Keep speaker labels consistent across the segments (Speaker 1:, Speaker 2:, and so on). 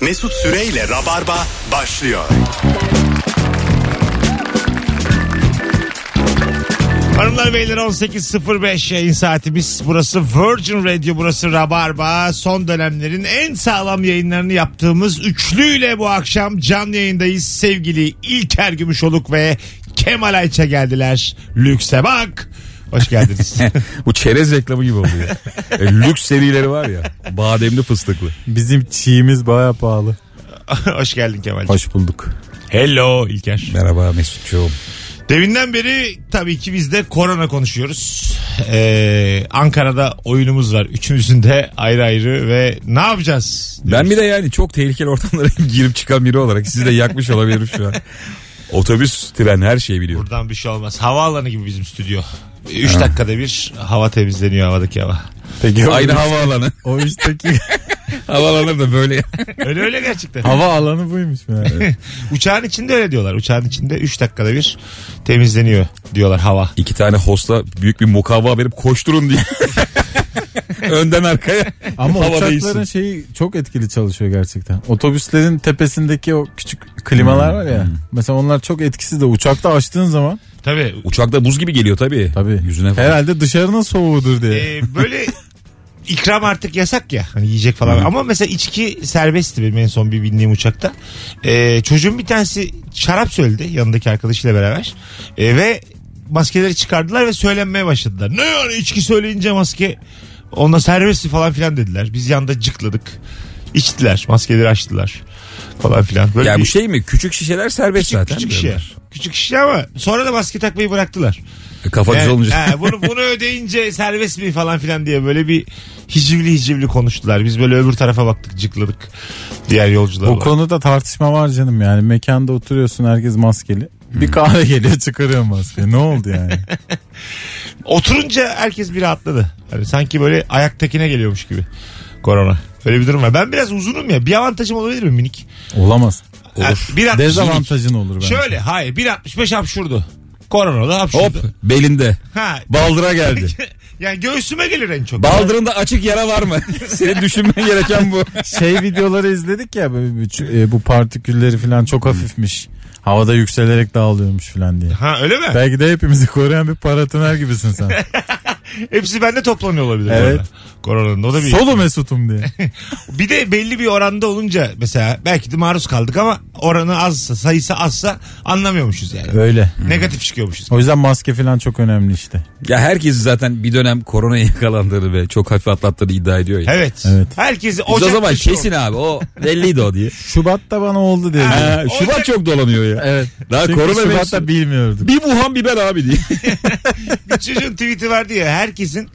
Speaker 1: Mesut Süreyle Rabarba başlıyor.
Speaker 2: Hanımlar beyler 18.05 yayın saatimiz. Burası Virgin Radio, burası Rabarba. Son dönemlerin en sağlam yayınlarını yaptığımız üçlüyle bu akşam canlı yayındayız. Sevgili İlker Gümüşoluk ve Kemal Ayça geldiler. Lükse bak. Hoş geldiniz.
Speaker 3: Bu çerez reklamı gibi oluyor. E, lüks serileri var ya. Bademli fıstıklı.
Speaker 4: Bizim çiğimiz baya pahalı.
Speaker 2: Hoş geldin Kemal.
Speaker 3: Hoş bulduk.
Speaker 2: Hello İlker.
Speaker 3: Merhaba Mesut'cuğum.
Speaker 2: Deminden beri tabii ki biz de korona konuşuyoruz. Ee, Ankara'da oyunumuz var. Üçümüzün de ayrı ayrı ve ne yapacağız?
Speaker 3: Ben bir de yani çok tehlikeli ortamlara girip çıkan biri olarak sizi de yakmış olabilirim şu an. Otobüs, tren her şeyi biliyorum.
Speaker 2: Buradan bir şey olmaz. Havaalanı gibi bizim stüdyo. 3 dakikada bir hava temizleniyor havadaki hava.
Speaker 4: Peki o,
Speaker 3: Aynı havaalanı.
Speaker 4: o üç dakika
Speaker 3: Havaalanı da böyle.
Speaker 2: Öyle öyle gerçekten.
Speaker 4: hava alanı buymuş meğer.
Speaker 2: Uçağın içinde öyle diyorlar. Uçağın içinde 3 dakikada bir temizleniyor diyorlar hava.
Speaker 3: İki tane hosta büyük bir mukavva verip koşturun diye. Önden arkaya.
Speaker 4: Ama
Speaker 3: Havada
Speaker 4: uçakların
Speaker 3: iyisin.
Speaker 4: şeyi çok etkili çalışıyor gerçekten. Otobüslerin tepesindeki o küçük klimalar var ya. Mesela onlar çok etkisiz de uçakta açtığın zaman
Speaker 2: Tabii.
Speaker 3: Uçakta buz gibi geliyor tabii.
Speaker 4: tabii
Speaker 3: Yüzüne falan.
Speaker 4: herhalde dışarının soğuğudur diye.
Speaker 2: e, böyle ikram artık yasak ya. Hani yiyecek falan. Ama mesela içki serbestti benim en son bir bindiğim uçakta. E, çocuğun bir tanesi şarap söyledi yanındaki arkadaşıyla beraber. E, ve maskeleri çıkardılar ve söylenmeye başladılar. Ne yani içki söyleyince maske onda serbestti falan filan dediler. Biz yanda cıkladık. İçtiler. Maskeleri açtılar. Falan filan. Böyle
Speaker 3: Yani
Speaker 2: bir-
Speaker 3: bu şey mi? Küçük şişeler serbest
Speaker 2: küçük,
Speaker 3: zaten.
Speaker 2: küçük şişe. Küçük şişe ama sonra da maske takmayı bıraktılar.
Speaker 3: E, Kafanız
Speaker 2: Yani,
Speaker 3: olunca.
Speaker 2: he, bunu, bunu ödeyince serbest mi falan filan diye böyle bir hicivli hicivli konuştular. Biz böyle öbür tarafa baktık cıkladık diğer yolcular.
Speaker 4: O
Speaker 2: olarak.
Speaker 4: konuda tartışma var canım yani mekanda oturuyorsun herkes maskeli. Bir kahve geliyor çıkarıyor maskeyi. Ne oldu yani?
Speaker 2: Oturunca herkes bir rahatladı. Hani sanki böyle ayaktakine geliyormuş gibi korona. Öyle bir durum var. Ben biraz uzunum ya. Bir avantajım olabilir mi minik?
Speaker 4: Olamaz.
Speaker 3: Olur.
Speaker 2: Ha, bir altmış-
Speaker 4: Dezavantajın olur bence.
Speaker 2: Şöyle hayır 1.65 hapşurdu. Korona da
Speaker 3: Hop
Speaker 2: hapşurdu.
Speaker 3: belinde.
Speaker 2: Ha.
Speaker 3: Baldıra geldi.
Speaker 2: yani göğsüme gelir en çok.
Speaker 3: Baldırında açık yara var mı? Senin düşünmen gereken bu.
Speaker 4: şey videoları izledik ya böyle bir ç- e, bu partikülleri falan çok hafifmiş. Havada yükselerek dağılıyormuş falan diye.
Speaker 2: ha öyle mi?
Speaker 4: Belki de hepimizi koruyan bir paratoner gibisin sen.
Speaker 2: Hepsi bende toplanıyor olabilir. bu
Speaker 4: Evet.
Speaker 2: arada. Koronanın o da bir
Speaker 4: Solo Mesut'um diye.
Speaker 2: Bir de belli bir oranda olunca mesela belki de maruz kaldık ama oranı azsa sayısı azsa anlamıyormuşuz yani.
Speaker 4: Öyle.
Speaker 2: Negatif çıkıyormuşuz.
Speaker 4: O yüzden maske falan çok önemli işte.
Speaker 3: Ya herkes zaten bir dönem koronaya yakalandığını ve çok hafif atlattığını iddia ediyor ya.
Speaker 2: Evet.
Speaker 4: Evet.
Speaker 2: Herkes
Speaker 3: Biz
Speaker 2: Ocak
Speaker 3: o zaman
Speaker 2: dışı
Speaker 3: kesin abi o belliydi o diye.
Speaker 4: Şubat'ta bana oldu diye.
Speaker 2: Ha,
Speaker 3: Ha, Şubat
Speaker 2: Ocak-
Speaker 3: çok dolanıyor ya.
Speaker 4: Evet.
Speaker 3: Daha
Speaker 4: Çünkü
Speaker 3: korona
Speaker 4: Şubat'ta
Speaker 3: mevsimi.
Speaker 4: bilmiyorduk.
Speaker 3: Bir Wuhan biber abi diye.
Speaker 2: oldu. Çocuğun tweet'i vardı ya herkesin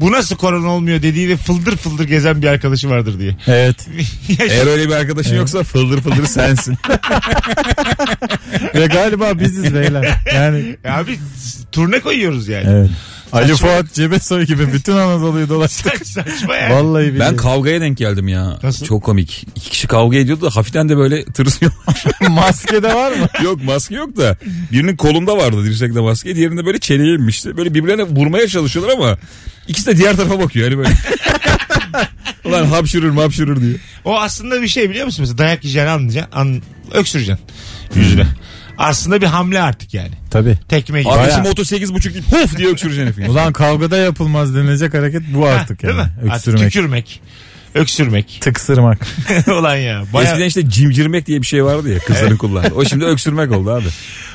Speaker 2: bu nasıl korona olmuyor dediği ve fıldır fıldır gezen bir arkadaşı vardır diye.
Speaker 4: Evet.
Speaker 2: Ya şu-
Speaker 3: Eğer öyle bir arkadaşın yoksa fıldır fıldır sensin.
Speaker 4: Ve galiba biziz beyler. Yani
Speaker 2: ya abi s- turne koyuyoruz yani.
Speaker 4: evet. Ali
Speaker 2: Saçma.
Speaker 4: Fuat Cebesoy gibi bütün Anadolu'yu dolaştık.
Speaker 2: Saçma yani.
Speaker 4: Vallahi billahi.
Speaker 3: ben kavgaya denk geldim ya.
Speaker 2: Nasıl?
Speaker 3: Çok komik. İki kişi kavga ediyordu da hafiften de böyle tırsıyor.
Speaker 4: maske de var mı?
Speaker 3: yok maske yok da birinin kolunda vardı dirsekte maske diğerinde böyle çeneye inmişti. Böyle birbirlerine vurmaya çalışıyorlar ama ikisi de diğer tarafa bakıyor hani böyle. Ulan hapşırır mapşırır diyor.
Speaker 2: O aslında bir şey biliyor musun? Mesela dayak yiyeceğini anlayacaksın. An, öksüreceksin yüzüne. Aslında bir hamle artık yani.
Speaker 4: Tabii.
Speaker 2: Tekme gibi.
Speaker 3: Arkadaşı
Speaker 4: Bayağı.
Speaker 3: moto 8.5 deyip huf diye öksüreceksin herifin.
Speaker 4: Ulan kavgada yapılmaz denilecek hareket bu artık
Speaker 2: Değil
Speaker 4: yani.
Speaker 2: mi? Öksürmek.
Speaker 4: Öksürmek.
Speaker 2: Tükürmek. Öksürmek.
Speaker 4: Tıksırmak.
Speaker 2: Ulan ya. Bayağı...
Speaker 3: Eskiden işte cimcirmek diye bir şey vardı ya kızların kullandığı. O şimdi öksürmek oldu abi.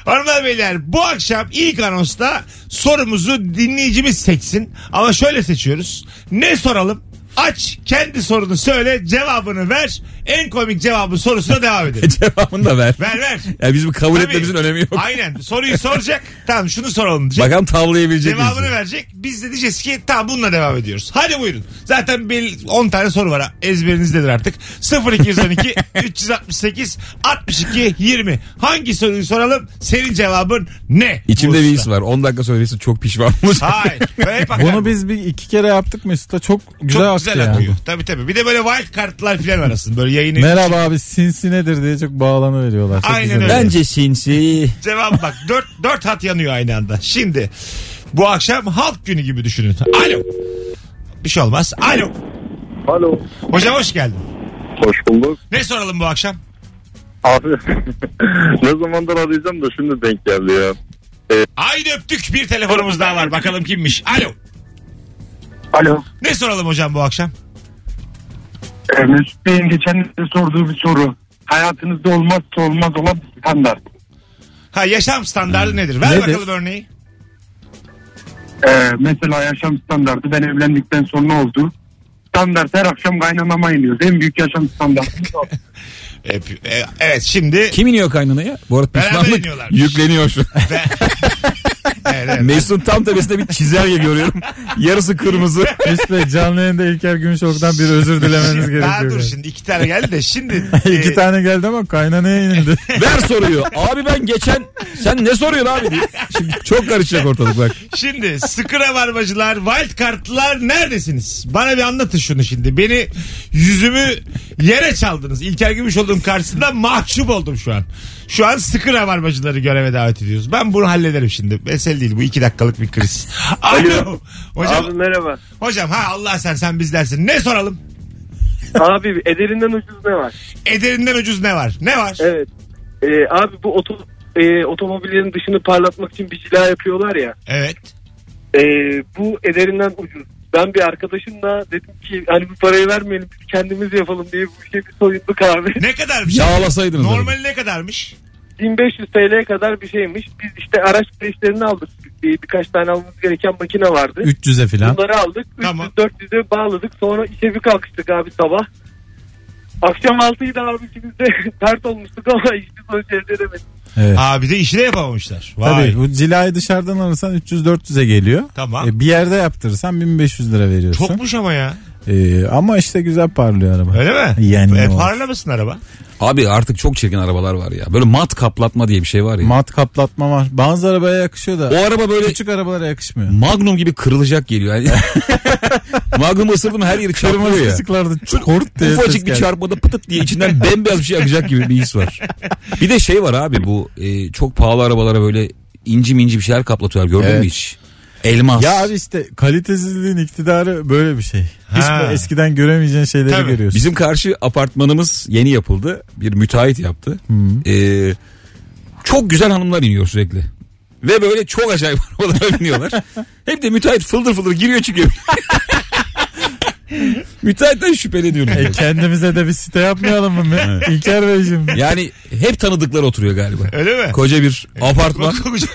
Speaker 2: Hanımlar beyler bu akşam ilk anonsta sorumuzu dinleyicimiz seçsin. Ama şöyle seçiyoruz. Ne soralım? Aç kendi sorunu söyle cevabını ver. En komik cevabın sorusuna devam edelim.
Speaker 3: Cevabını da ver.
Speaker 2: ver ver.
Speaker 3: Ya bizim kabul
Speaker 2: Tabii.
Speaker 3: etmemizin önemi yok.
Speaker 2: Aynen soruyu soracak. tamam şunu soralım diyecek.
Speaker 3: Bakalım tavlayabilecek miyiz?
Speaker 2: Cevabını verecek. Biz de diyeceğiz ki tamam bununla devam ediyoruz. Hadi buyurun. Zaten bel- 10 tane soru var. ha. Ezberinizdedir artık. 0212 368 62 20. Hangi soruyu soralım? Senin cevabın ne?
Speaker 3: İçimde
Speaker 2: Bu
Speaker 3: bir
Speaker 2: usta.
Speaker 3: his var. 10 dakika sonrası çok pişman olacak.
Speaker 2: Hayır. Böyle hep akar.
Speaker 4: Bunu biz bir iki kere yaptık Mesut'a çok güzel
Speaker 2: çok
Speaker 4: Çok
Speaker 2: güzel akıyor. Tabii tabii. Bir de böyle wild kartlar falan arasın. Böyle yayını.
Speaker 4: Merhaba abi sinsi nedir diye çok bağlanı veriyorlar.
Speaker 2: Aynen öyle.
Speaker 3: Bence sinsi.
Speaker 2: Cevap bak. Dört, dört hat yanıyor aynı anda. Şimdi bu akşam halk günü gibi düşünün. Alo. Bir şey olmaz. Alo.
Speaker 5: Alo.
Speaker 2: Hocam hoş geldin.
Speaker 5: Hoş bulduk.
Speaker 2: Ne soralım bu akşam?
Speaker 5: Abi ne zamandır arayacağım da şimdi denk geldi ya.
Speaker 2: Haydi öptük bir telefonumuz daha var. Bakalım kimmiş. Alo.
Speaker 5: Alo.
Speaker 2: Ne soralım hocam bu akşam?
Speaker 5: Ee, Mesut Bey'in geçen de sorduğu bir soru. Hayatınızda olmazsa olmaz olan bir standart.
Speaker 2: Ha yaşam standardı nedir? Ver
Speaker 4: Nedir?
Speaker 2: bakalım örneği.
Speaker 5: Ee, mesela yaşam standartı ben evlendikten sonra oldu. Standart her akşam kaynanama iniyoruz. En büyük yaşam standartı. o.
Speaker 2: Öp- e, Evet şimdi
Speaker 3: Kim iniyor kaynanaya? Bu arada
Speaker 2: Beraber
Speaker 3: pişmanlık
Speaker 2: iniyorlarmış.
Speaker 3: yükleniyor şu an.
Speaker 2: Evet, evet.
Speaker 3: Mesut'un tam tepesinde bir çizelge görüyorum. Yarısı kırmızı.
Speaker 4: Mesut Bey canlı yayında İlker Gümüşok'tan bir özür dilemeniz
Speaker 2: Daha
Speaker 4: gerekiyor.
Speaker 2: dur şimdi iki tane geldi de şimdi
Speaker 4: İki
Speaker 2: e,
Speaker 4: tane geldi ama kaynanaya indi.
Speaker 3: Ver soruyu. Abi ben geçen sen ne soruyorsun abi diye. Şimdi çok karışacak ortalık bak.
Speaker 2: şimdi sıkıra varmacılar, wild kartlar neredesiniz? Bana bir anlatın şunu şimdi. Beni yüzümü yere çaldınız. İlker Gümüş olduğum karşısında mahcup oldum şu an. Şu an sıkıra varmacıları göreve davet ediyoruz. Ben bunu hallederim şimdi. Mesele değil bu iki dakikalık bir kriz. Alo.
Speaker 6: Alo.
Speaker 2: Hocam,
Speaker 6: Abi merhaba.
Speaker 2: hocam ha Allah sen sen bizdensin. Ne soralım?
Speaker 6: Abi ederinden ucuz ne var?
Speaker 2: Ederinden ucuz ne var? Ne var?
Speaker 6: Evet. Ee, abi bu oto, e, otomobillerin dışını parlatmak için bir cila yapıyorlar ya.
Speaker 2: Evet.
Speaker 6: Ee, bu ederinden ucuz. Ben bir arkadaşımla dedim ki hani bu parayı vermeyelim biz kendimiz yapalım diye bu işe bir soyunduk abi.
Speaker 2: Ne kadarmış?
Speaker 3: Yağlasaydınız.
Speaker 2: Normali ne kadarmış?
Speaker 6: 1500 TL'ye kadar bir şeymiş. Biz işte araç kreşlerini aldık. Bir- birkaç tane almamız gereken makine vardı.
Speaker 4: 300'e filan.
Speaker 6: Bunları aldık. 300
Speaker 2: Tamam.
Speaker 6: 400'e bağladık. Sonra işe bir kalkıştık abi sabah. Akşam 6'ydı abi ikimiz de tert olmuştuk ama hiçbir sonuç elde edemedik.
Speaker 4: Evet.
Speaker 2: Aa bir de işi de yapamamışlar. Vay.
Speaker 4: Tabii bu cilayı dışarıdan alırsan 300-400'e geliyor.
Speaker 2: Tamam.
Speaker 4: E, bir yerde yaptırırsan 1500 lira veriyorsun.
Speaker 2: Çokmuş ama ya.
Speaker 4: E, ama işte güzel parlıyor araba.
Speaker 2: Öyle mi?
Speaker 4: Yani
Speaker 2: e,
Speaker 4: o.
Speaker 2: parlamasın araba.
Speaker 3: Abi artık çok çirkin arabalar var ya. Böyle mat kaplatma diye bir şey var ya.
Speaker 4: Mat kaplatma var. Bazı arabaya yakışıyor da
Speaker 3: o araba böyle
Speaker 4: küçük arabalara yakışmıyor.
Speaker 3: Magnum gibi kırılacak geliyor. Yani Magnum ısırdım her yeri çarpılıyor ya.
Speaker 4: Sıklarda çort diye ses
Speaker 3: Ufacık bir
Speaker 4: geldi.
Speaker 3: çarpmada pıtıt diye içinden bembeyaz bir şey akacak gibi bir his var. Bir de şey var abi bu e, çok pahalı arabalara böyle inci minci bir şeyler kaplatıyorlar gördün
Speaker 4: Evet.
Speaker 3: mü hiç? Elmas.
Speaker 4: Ya abi işte kalitesizliğin iktidarı böyle bir şey. Hiç
Speaker 2: Ha.
Speaker 4: bu eskiden göremeyeceğin şeyleri
Speaker 2: Tabii.
Speaker 4: görüyorsun.
Speaker 3: Bizim karşı apartmanımız yeni yapıldı. Bir müteahhit yaptı. Ee, çok güzel hanımlar iniyor sürekli. Ve böyle çok acayip arabalara biniyorlar. Hep de müteahhit fıldır fıldır giriyor çıkıyor. Müteahhitten şüpheleniyorum.
Speaker 4: E kendimize de bir site yapmayalım mı? İlker Beyciğim.
Speaker 3: Yani hep tanıdıkları oturuyor galiba.
Speaker 2: Öyle mi? E,
Speaker 3: Koca bir apartman.
Speaker 2: Bak, koca,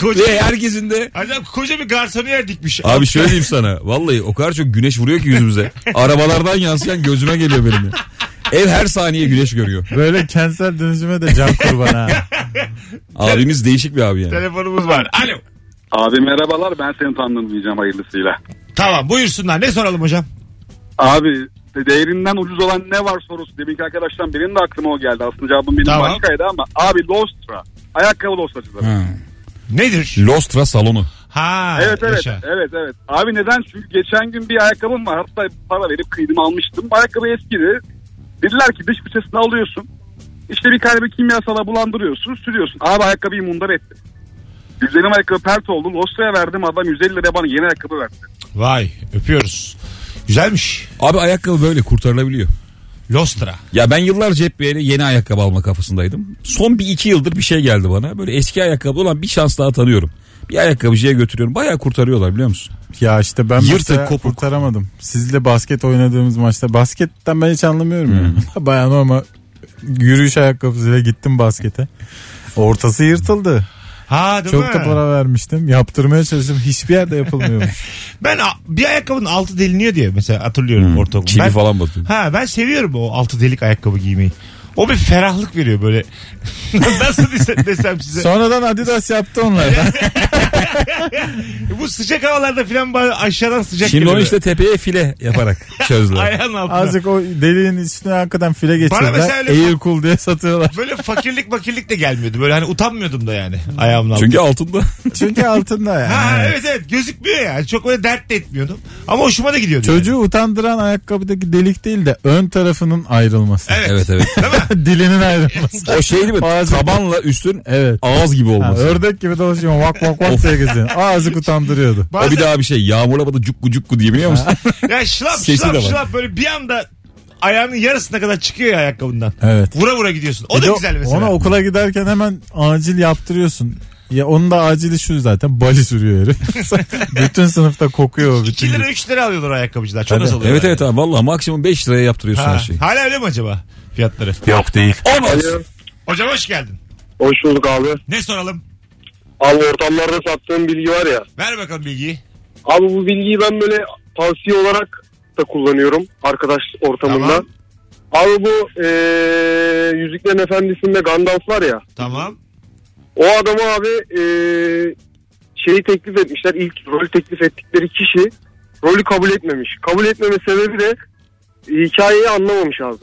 Speaker 2: koca,
Speaker 3: Ve herkesin de
Speaker 2: Adam koca bir garsoniyer dikmiş.
Speaker 3: Abi şöyle diyeyim sana. Vallahi o kadar çok güneş vuruyor ki yüzümüze. Arabalardan yansıyan gözüme geliyor benim. de. Ev her saniye güneş görüyor.
Speaker 4: Böyle kentsel dönüşüme de can kurban ha.
Speaker 3: Abimiz değişik bir abi yani.
Speaker 2: Telefonumuz var. Alo.
Speaker 5: Abi merhabalar ben seni tanıdım diyeceğim hayırlısıyla.
Speaker 2: Tamam buyursunlar. Ne soralım hocam?
Speaker 5: Abi değerinden ucuz olan ne var sorusu. Deminki arkadaştan birinin de aklıma o geldi. Aslında cevabım benim
Speaker 2: Tamam.
Speaker 5: başkaydı ama. Abi Lostra. Ayakkabı Lostracıları.
Speaker 2: Nedir?
Speaker 3: Lostra salonu.
Speaker 2: Ha.
Speaker 5: Evet evet
Speaker 2: yaşa.
Speaker 5: evet evet. Abi neden? Çünkü geçen gün bir ayakkabım var. Hatta para verip kıydım almıştım. Ayakkabı eskidi. Dediler ki dış fırçasını alıyorsun. İşte bir kalbi kimyasala bulandırıyorsun, sürüyorsun. Abi ayakkabıyı mundar etti. Üzerim ayakkabı pert oldu. Lostra'ya verdim adam 150 liraya bana yeni ayakkabı verdi.
Speaker 2: Vay öpüyoruz. Güzelmiş.
Speaker 3: Abi ayakkabı böyle kurtarılabiliyor.
Speaker 2: Lostra.
Speaker 3: Ya ben yıllarca hep böyle yeni ayakkabı alma kafasındaydım. Son bir iki yıldır bir şey geldi bana. Böyle eski ayakkabı olan bir şans daha tanıyorum. Bir ayakkabıcıya götürüyorum. Bayağı kurtarıyorlar biliyor musun?
Speaker 4: Ya işte ben
Speaker 3: Yırtık,
Speaker 4: mesela
Speaker 3: kopuk.
Speaker 4: kurtaramadım. Sizle basket oynadığımız maçta. Basketten ben hiç anlamıyorum
Speaker 3: Hmm.
Speaker 4: ya. Baya normal yürüyüş ayakkabısıyla gittim baskete. Ortası yırtıldı.
Speaker 2: Ha değil
Speaker 4: Çok
Speaker 2: mi?
Speaker 4: da para vermiştim. Yaptırmaya çalıştım. Hiçbir yerde yapılmıyormuş.
Speaker 2: Ben a- bir ayakkabının altı deliniyor diye mesela hatırlıyorum ortaokulda.
Speaker 3: Hmm, Çivi
Speaker 2: Ben-
Speaker 3: falan batıyor.
Speaker 2: Ha ben seviyorum o altı delik ayakkabı giymeyi. O bir ferahlık veriyor böyle. Nasıl dese- desem size.
Speaker 4: Sonradan Adidas yaptı onları.
Speaker 2: Bu sıcak havalarda filan bana aşağıdan sıcak
Speaker 3: Şimdi
Speaker 2: geliyor.
Speaker 3: onu işte tepeye file yaparak çözdüler.
Speaker 2: Ayağın altına.
Speaker 4: Azıcık o deliğin üstüne hakikaten file
Speaker 2: mesela
Speaker 4: geçirdiler.
Speaker 2: öyle-
Speaker 4: Air cool diye satıyorlar.
Speaker 2: Böyle fakirlik makirlik de gelmiyordu. Böyle hani utanmıyordum da yani ayağımın altına.
Speaker 3: Hmm. Çünkü altında.
Speaker 4: Çünkü altında yani.
Speaker 2: Ha evet evet gözükmüyor yani. Çok öyle dert de etmiyordum. Ama hoşuma da gidiyordu. yani.
Speaker 4: Çocuğu utandıran ayakkabıdaki delik değil de ön tarafının ayrılması.
Speaker 2: Evet.
Speaker 3: evet evet.
Speaker 4: Dilinin ayrılması.
Speaker 3: O şey değil mi?
Speaker 4: Bazen-
Speaker 3: Tabanla üstün
Speaker 4: Evet.
Speaker 3: ağız gibi
Speaker 4: Ha,
Speaker 3: olması.
Speaker 4: ördek gibi dolaşıyor vak vak vak diye geziyor. Azıcık utandırıyordu.
Speaker 3: O
Speaker 2: Bazen-
Speaker 3: bir daha bir şey. Yağmurla bada cukku cukku diye biliyor musun?
Speaker 2: Ya şılap
Speaker 3: Sesi de
Speaker 2: şılap
Speaker 3: var.
Speaker 2: şılap böyle bir anda ayağının yarısına kadar çıkıyor ya ayakkabından.
Speaker 4: Evet.
Speaker 2: Vura vura gidiyorsun. O
Speaker 4: Bir
Speaker 2: da
Speaker 4: E de
Speaker 2: güzel mesela.
Speaker 4: Ona okula giderken hemen acil yaptırıyorsun. Ya onun da acili şu zaten bali sürüyor herif. bütün sınıfta kokuyor o
Speaker 2: 2
Speaker 4: bütün.
Speaker 2: lira 3 lira alıyorlar ayakkabıcılar. Çok az alıyorlar.
Speaker 3: Evet evet abi valla maksimum 5 liraya yaptırıyorsun
Speaker 2: Ha,
Speaker 3: her şeyi.
Speaker 2: Hala öyle mi acaba fiyatları?
Speaker 3: Yok değil. Olmaz.
Speaker 2: Hocam hoş geldin.
Speaker 6: Hoş bulduk abi.
Speaker 2: Ne soralım?
Speaker 6: Abi ortamlarda sattığım bilgi var ya.
Speaker 2: Ver bakalım bilgiyi.
Speaker 6: Abi bu bilgiyi ben böyle tavsiye olarak da kullanıyorum arkadaş ortamında.
Speaker 2: Tamam.
Speaker 6: Abi bu eee Yüzüklerin Efendisi'nde Gandalf var ya.
Speaker 2: Tamam.
Speaker 6: O adama abi eee şeyi teklif etmişler. İlk rolü teklif ettikleri kişi rolü kabul etmemiş. Kabul etmeme sebebi de hikayeyi anlamamış abi.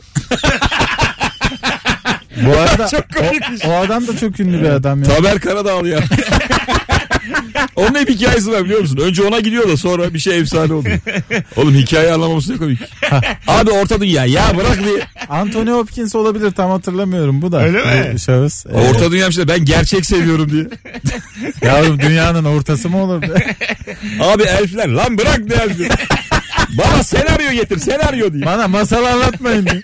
Speaker 4: Bu arada
Speaker 2: şey.
Speaker 4: o, o adam da çok ünlü bir adam ya.
Speaker 3: Taber Karadağlı ya. Onun hep hikayesi var biliyor musun? Önce ona gidiyor da sonra bir şey efsane oldu. Oğlum hikaye anlamaması ne komik. Abi orta dünya ya bırak bir.
Speaker 4: Anthony Hopkins olabilir tam hatırlamıyorum bu da.
Speaker 2: Öyle mi?
Speaker 4: Bu Şahıs. Ee,
Speaker 3: Orta dünya bir şey ben gerçek seviyorum diye.
Speaker 4: Yavrum dünyanın ortası mı olur? be?
Speaker 3: Abi elfler lan bırak ne elfi. Bana senaryo getir senaryo diye.
Speaker 4: Bana masal anlatmayın. diye.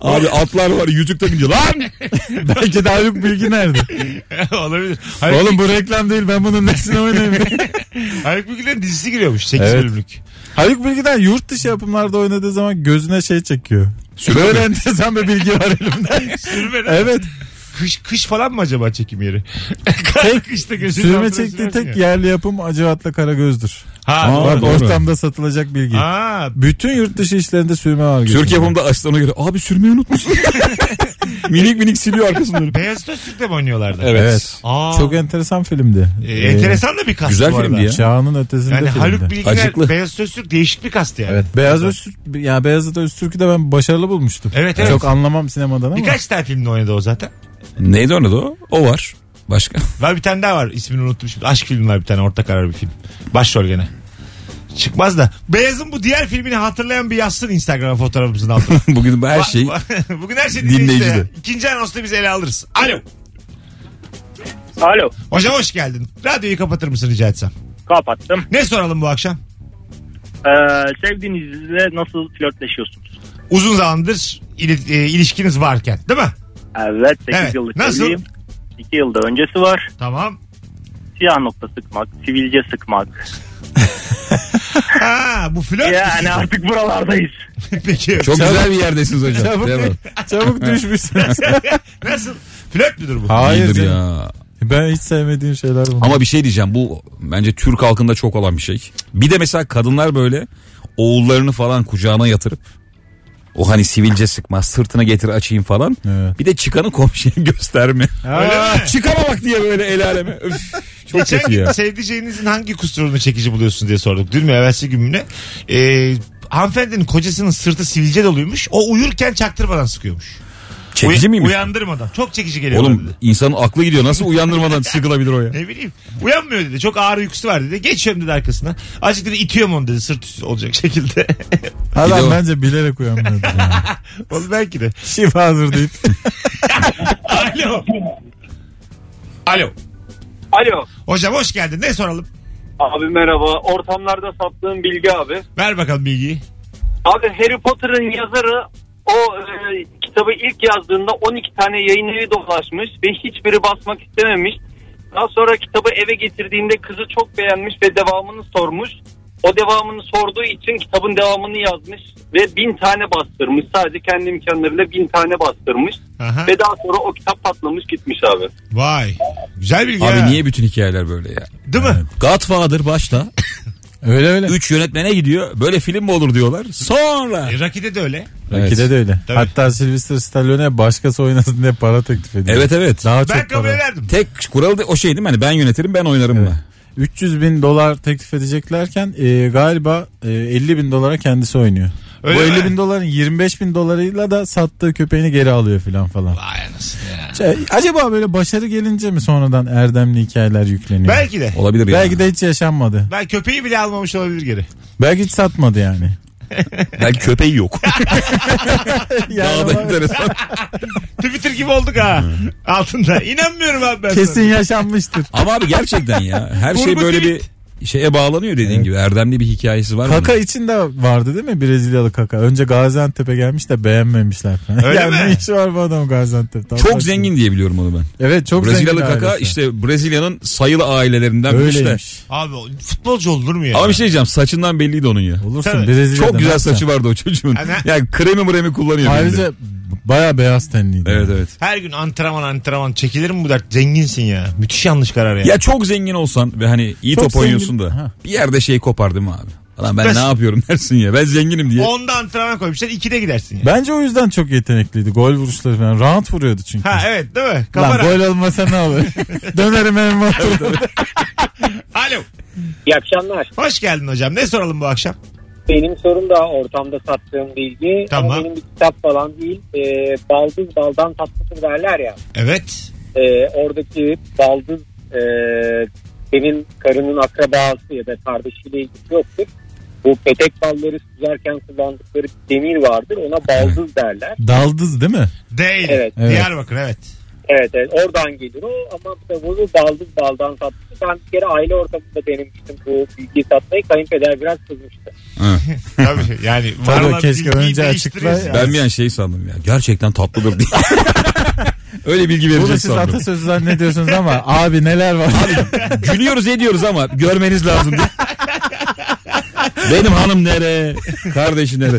Speaker 3: Abi atlar var yüzük takınca lan.
Speaker 4: Belki daha yok bilgi nerede?
Speaker 2: Olabilir. Haluk,
Speaker 4: Oğlum bu reklam değil ben bunun nesini oynayayım.
Speaker 2: Haluk Bilgiler'in dizisi giriyormuş 8
Speaker 4: Evet.
Speaker 2: bölümlük.
Speaker 4: Haluk Bilgi'den yurt dışı yapımlarda oynadığı zaman gözüne şey çekiyor. Böyle enteresan bir bilgi var elimde.
Speaker 2: Sürme ne?
Speaker 4: evet.
Speaker 2: Kış, kış falan mı acaba çekim yeri? Kışta gözünün
Speaker 4: Sürme
Speaker 2: altına şey
Speaker 4: çektiği
Speaker 2: sürersin
Speaker 4: tek
Speaker 2: ya.
Speaker 4: yerli yapım Acıvat'la Karagöz'dür.
Speaker 2: Ha,
Speaker 3: Aa,
Speaker 4: Bak
Speaker 3: doğru.
Speaker 4: ortamda satılacak bilgi.
Speaker 2: Aa,
Speaker 4: Bütün yurt dışı işlerinde sürme var.
Speaker 3: Türk yapımda asistanı göre abi sürmeyi unutmuşsun. minik minik siliyor arkasından.
Speaker 2: Beyaz Öztürk'te mi oynuyorlardı?
Speaker 3: Evet.
Speaker 4: Evet.
Speaker 2: Aa,
Speaker 4: Çok enteresan filmdi. Ee,
Speaker 2: e, enteresan da bir kast
Speaker 3: güzel
Speaker 2: bu arada.
Speaker 3: filmdi ya.
Speaker 4: Çağının ötesinde
Speaker 2: Yani
Speaker 4: filmdi.
Speaker 2: Haluk Bilginer,
Speaker 3: Acıklı.
Speaker 2: Beyaz Öztürk değişik bir kast yani.
Speaker 4: Evet. Beyaz Öztürk ya Beyaz Öztürk'ü de ben başarılı bulmuştum.
Speaker 2: Evet, evet.
Speaker 4: Çok anlamam sinemadan ama.
Speaker 2: Birkaç tane filmde oynadı o zaten.
Speaker 3: Neydi onu da o? O var. Başka.
Speaker 2: Var bir tane daha var. İsmini unuttum şimdi. Aşk filmi var bir tane. Orta karar bir film. Başrol gene. Çıkmaz da. Beyaz'ın bu diğer filmini hatırlayan bir yazsın Instagram fotoğrafımızın altına.
Speaker 3: Bugün her
Speaker 2: Ba-
Speaker 3: şey
Speaker 2: ba- Bugün her şey
Speaker 3: Dinleyici
Speaker 2: dinleyicide.
Speaker 3: de.
Speaker 2: İkinci anonsta biz ele alırız. Alo.
Speaker 7: Alo.
Speaker 2: Hocam hoş geldin. Radyoyu kapatır mısın rica etsem?
Speaker 7: Kapattım.
Speaker 2: Ne soralım bu akşam?
Speaker 7: Ee, sevdiğinizle nasıl flörtleşiyorsunuz?
Speaker 2: Uzun zamandır ili- e, ilişkiniz varken değil mi?
Speaker 7: Evet 8
Speaker 2: Evet,
Speaker 7: yıllık
Speaker 2: nasıl?
Speaker 7: evliyim. 2 yılda öncesi var.
Speaker 2: Tamam.
Speaker 7: Siyah nokta sıkmak, sivilce sıkmak.
Speaker 2: Ha bu flört
Speaker 7: Yani artık buralardayız.
Speaker 2: müziği. Peki.
Speaker 3: çok güzel bir yerdesiniz hocam.
Speaker 4: Çabuk,
Speaker 3: Devam.
Speaker 4: çabuk düşmüşsünüz.
Speaker 2: Nasıl? Flört müdür bu?
Speaker 4: Hayır
Speaker 3: İyidir
Speaker 4: canım.
Speaker 3: ya.
Speaker 4: Ben hiç sevmediğim şeyler bunlar.
Speaker 3: Ama bir şey diyeceğim bu bence Türk halkında çok olan bir şey. Bir de mesela kadınlar böyle oğullarını falan kucağına yatırıp o hani sivilce sıkma sırtına getir açayım falan.
Speaker 4: Evet.
Speaker 3: Bir de çıkanı komşuya gösterme.
Speaker 2: Öyle mi?
Speaker 3: Çıkama bak diye böyle el aleme. Öf, çok
Speaker 2: Geçen
Speaker 3: kötü
Speaker 2: gün
Speaker 3: ya.
Speaker 2: sevdiceğinizin hangi kusurunu çekici buluyorsun diye sorduk. Dün mü evvelsi gün mü ne? Ee, hanımefendinin kocasının sırtı sivilce doluymuş. O uyurken çaktırmadan sıkıyormuş.
Speaker 3: Çekici
Speaker 2: Uya-
Speaker 3: miymiş?
Speaker 2: Uyandırmadan. Çok çekici geliyor. bana
Speaker 3: Oğlum
Speaker 2: dedi.
Speaker 3: insanın aklı gidiyor. Nasıl uyandırmadan sıkılabilir o ya?
Speaker 2: Ne bileyim. Uyanmıyor dedi. Çok ağır uykusu var dedi. Geçiyorum dedi arkasına. Azıcık dedi itiyorum onu dedi. Sırt üstü olacak şekilde.
Speaker 3: Bir de
Speaker 4: Adam
Speaker 3: o-
Speaker 4: bence bilerek uyanmıyordu. Yani.
Speaker 2: Oğlum belki de.
Speaker 4: Şifadır deyip.
Speaker 2: Alo. Alo.
Speaker 6: Alo
Speaker 2: Hocam hoş geldin. Ne soralım?
Speaker 6: abi merhaba ortamlarda sattığım bilgi abi.
Speaker 2: Ver bakalım bilgiyi.
Speaker 6: Abi Harry Potter'ın yazarı o e, kitabı ilk yazdığında 12 tane yayın evi dolaşmış ve hiçbiri basmak istememiş. Daha sonra kitabı eve getirdiğinde kızı çok beğenmiş ve devamını sormuş. O devamını sorduğu için kitabın devamını yazmış ve bin tane bastırmış. Sadece kendi imkanlarıyla bin tane bastırmış.
Speaker 2: Aha.
Speaker 6: Ve daha sonra o kitap patlamış gitmiş abi.
Speaker 2: Vay. Güzel bilgi
Speaker 3: Abi
Speaker 2: ha.
Speaker 3: niye bütün hikayeler böyle ya?
Speaker 2: Değil mi?
Speaker 3: Godfather başta.
Speaker 4: Öyle öyle.
Speaker 3: Üç yönetmene gidiyor. Böyle film mi olur diyorlar. Sonra.
Speaker 2: E, Rakide de öyle.
Speaker 4: Rakide
Speaker 3: Evet.
Speaker 4: de öyle.
Speaker 2: Tabii.
Speaker 4: Hatta Sylvester Stallone'e başkası oynasın diye para teklif ediyor.
Speaker 3: Evet evet.
Speaker 4: Daha çok
Speaker 2: Ben kabul
Speaker 4: para.
Speaker 2: ederdim.
Speaker 3: Tek kuralı da o şey değil mi? Hani ben yönetirim ben oynarım
Speaker 4: Evet.
Speaker 3: mı?
Speaker 4: 300 bin dolar teklif edeceklerken e, galiba e, 50 bin dolara kendisi oynuyor.
Speaker 2: Öyle
Speaker 4: Bu
Speaker 2: mi?
Speaker 4: 50 bin doların 25 bin dolarıyla da sattığı köpeğini geri alıyor filan falan.
Speaker 2: Vay anasını ya.
Speaker 4: Şey, acaba böyle başarı gelince mi sonradan erdemli hikayeler yükleniyor?
Speaker 2: Belki de.
Speaker 3: Olabilir ya.
Speaker 4: Belki de hiç yaşanmadı.
Speaker 2: Ben köpeği bile almamış olabilir geri.
Speaker 4: Belki hiç satmadı yani.
Speaker 3: Belki köpeği yok.
Speaker 4: Yani
Speaker 3: Daha
Speaker 4: ama
Speaker 3: da enteresan.
Speaker 2: Twitter gibi olduk ha. Altında. İnanmıyorum abi ben sana.
Speaker 4: kesin yaşanmıştır.
Speaker 3: Ama abi gerçekten ya. Her
Speaker 2: Kurgu
Speaker 3: şey böyle
Speaker 2: tweet.
Speaker 3: bir şeye bağlanıyor dediğin
Speaker 4: Evet.
Speaker 3: gibi. Erdemli bir hikayesi var.
Speaker 4: Kaka
Speaker 3: bunun.
Speaker 4: için de vardı değil mi Brezilyalı kaka? Önce Gaziantep'e gelmiş de beğenmemişler. falan.
Speaker 2: Öyle
Speaker 4: ya
Speaker 2: mi?
Speaker 4: ne işi var bu adam Gaziantep'te? Allah
Speaker 3: Çok
Speaker 4: aşkına.
Speaker 3: zengin diye biliyorum onu ben.
Speaker 4: Evet çok
Speaker 3: Brezilyalı
Speaker 4: zengin
Speaker 3: kaka
Speaker 4: ailesi.
Speaker 3: işte Brezilya'nın sayılı ailelerinden birisi de.
Speaker 4: Öyleymiş.
Speaker 2: Abi o futbolcu olur mu ya?
Speaker 3: Ama bir şey diyeceğim saçından belliydi onun ya.
Speaker 4: Olursun
Speaker 2: Tabii.
Speaker 4: Brezilya'da.
Speaker 3: Çok güzel
Speaker 4: nasıl?
Speaker 3: saçı vardı o çocuğun.
Speaker 2: Ana.
Speaker 3: Yani kremi mremi kullanıyor. belli.
Speaker 4: Ayrıca baya beyaz tenliydi.
Speaker 3: Evet evet.
Speaker 2: Her gün antrenman antrenman çekilir mi bu dert? Zenginsin ya. Müthiş yanlış karar ya.
Speaker 3: Ya çok zengin olsan ve hani iyi
Speaker 4: Çok
Speaker 3: top oynuyorsun
Speaker 4: zengin.
Speaker 3: da
Speaker 4: Ha.
Speaker 3: bir yerde şey kopar değil mi abi? Lan ben
Speaker 2: Ben-
Speaker 3: ne yapıyorum dersin ya. Ben zenginim diye.
Speaker 2: Onda antrenman koymuşlar. ikide gidersin ya.
Speaker 4: Bence o yüzden çok yetenekliydi. Gol vuruşları falan. Rahat vuruyordu çünkü.
Speaker 2: Ha evet değil mi?
Speaker 4: Lan
Speaker 2: Kapara.
Speaker 4: gol olmasa ne olur? Dönerim evime otururum.
Speaker 2: Alo.
Speaker 8: İyi akşamlar.
Speaker 2: Hoş geldin hocam. Ne soralım bu akşam?
Speaker 8: Benim sorum da ortamda sattığım bilgi.
Speaker 2: Tamam.
Speaker 8: Ama benim bir kitap falan değil. Ee, baldız baldan tatlıdır derler ya.
Speaker 2: Evet.
Speaker 8: Ee, oradaki baldız e, senin karının akrabası ya da kardeşiyle ilgisi yoktur. Bu petek balları süzerken kullandıkları bir demir vardır. Ona baldız derler.
Speaker 4: Daldız değil mi?
Speaker 2: Değil.
Speaker 8: Evet.
Speaker 4: Evet.
Speaker 2: Diyarbakır evet.
Speaker 8: Evet evet oradan gelir o ama işte bunu baldız baldan sattı. Ben bir kere aile ortamında denemiştim bu bilgiyi satmayı. Kayınpeder biraz kızmıştı.
Speaker 2: Tabii yani. var
Speaker 4: Tabii,
Speaker 2: olan
Speaker 4: keşke
Speaker 2: bilgiyi
Speaker 4: önce
Speaker 2: değiştiriyorsun.
Speaker 4: açıkla ya.
Speaker 3: Ben bir an şey sandım ya. Gerçekten tatlıdır diye. Öyle bilgi
Speaker 4: Bunu
Speaker 3: verecek
Speaker 4: siz
Speaker 3: sandım.
Speaker 4: atasözü zannediyorsunuz ama abi neler var.
Speaker 3: Gülüyoruz ediyoruz ama görmeniz lazım diye. Benim hanım nere? Kardeşi nere?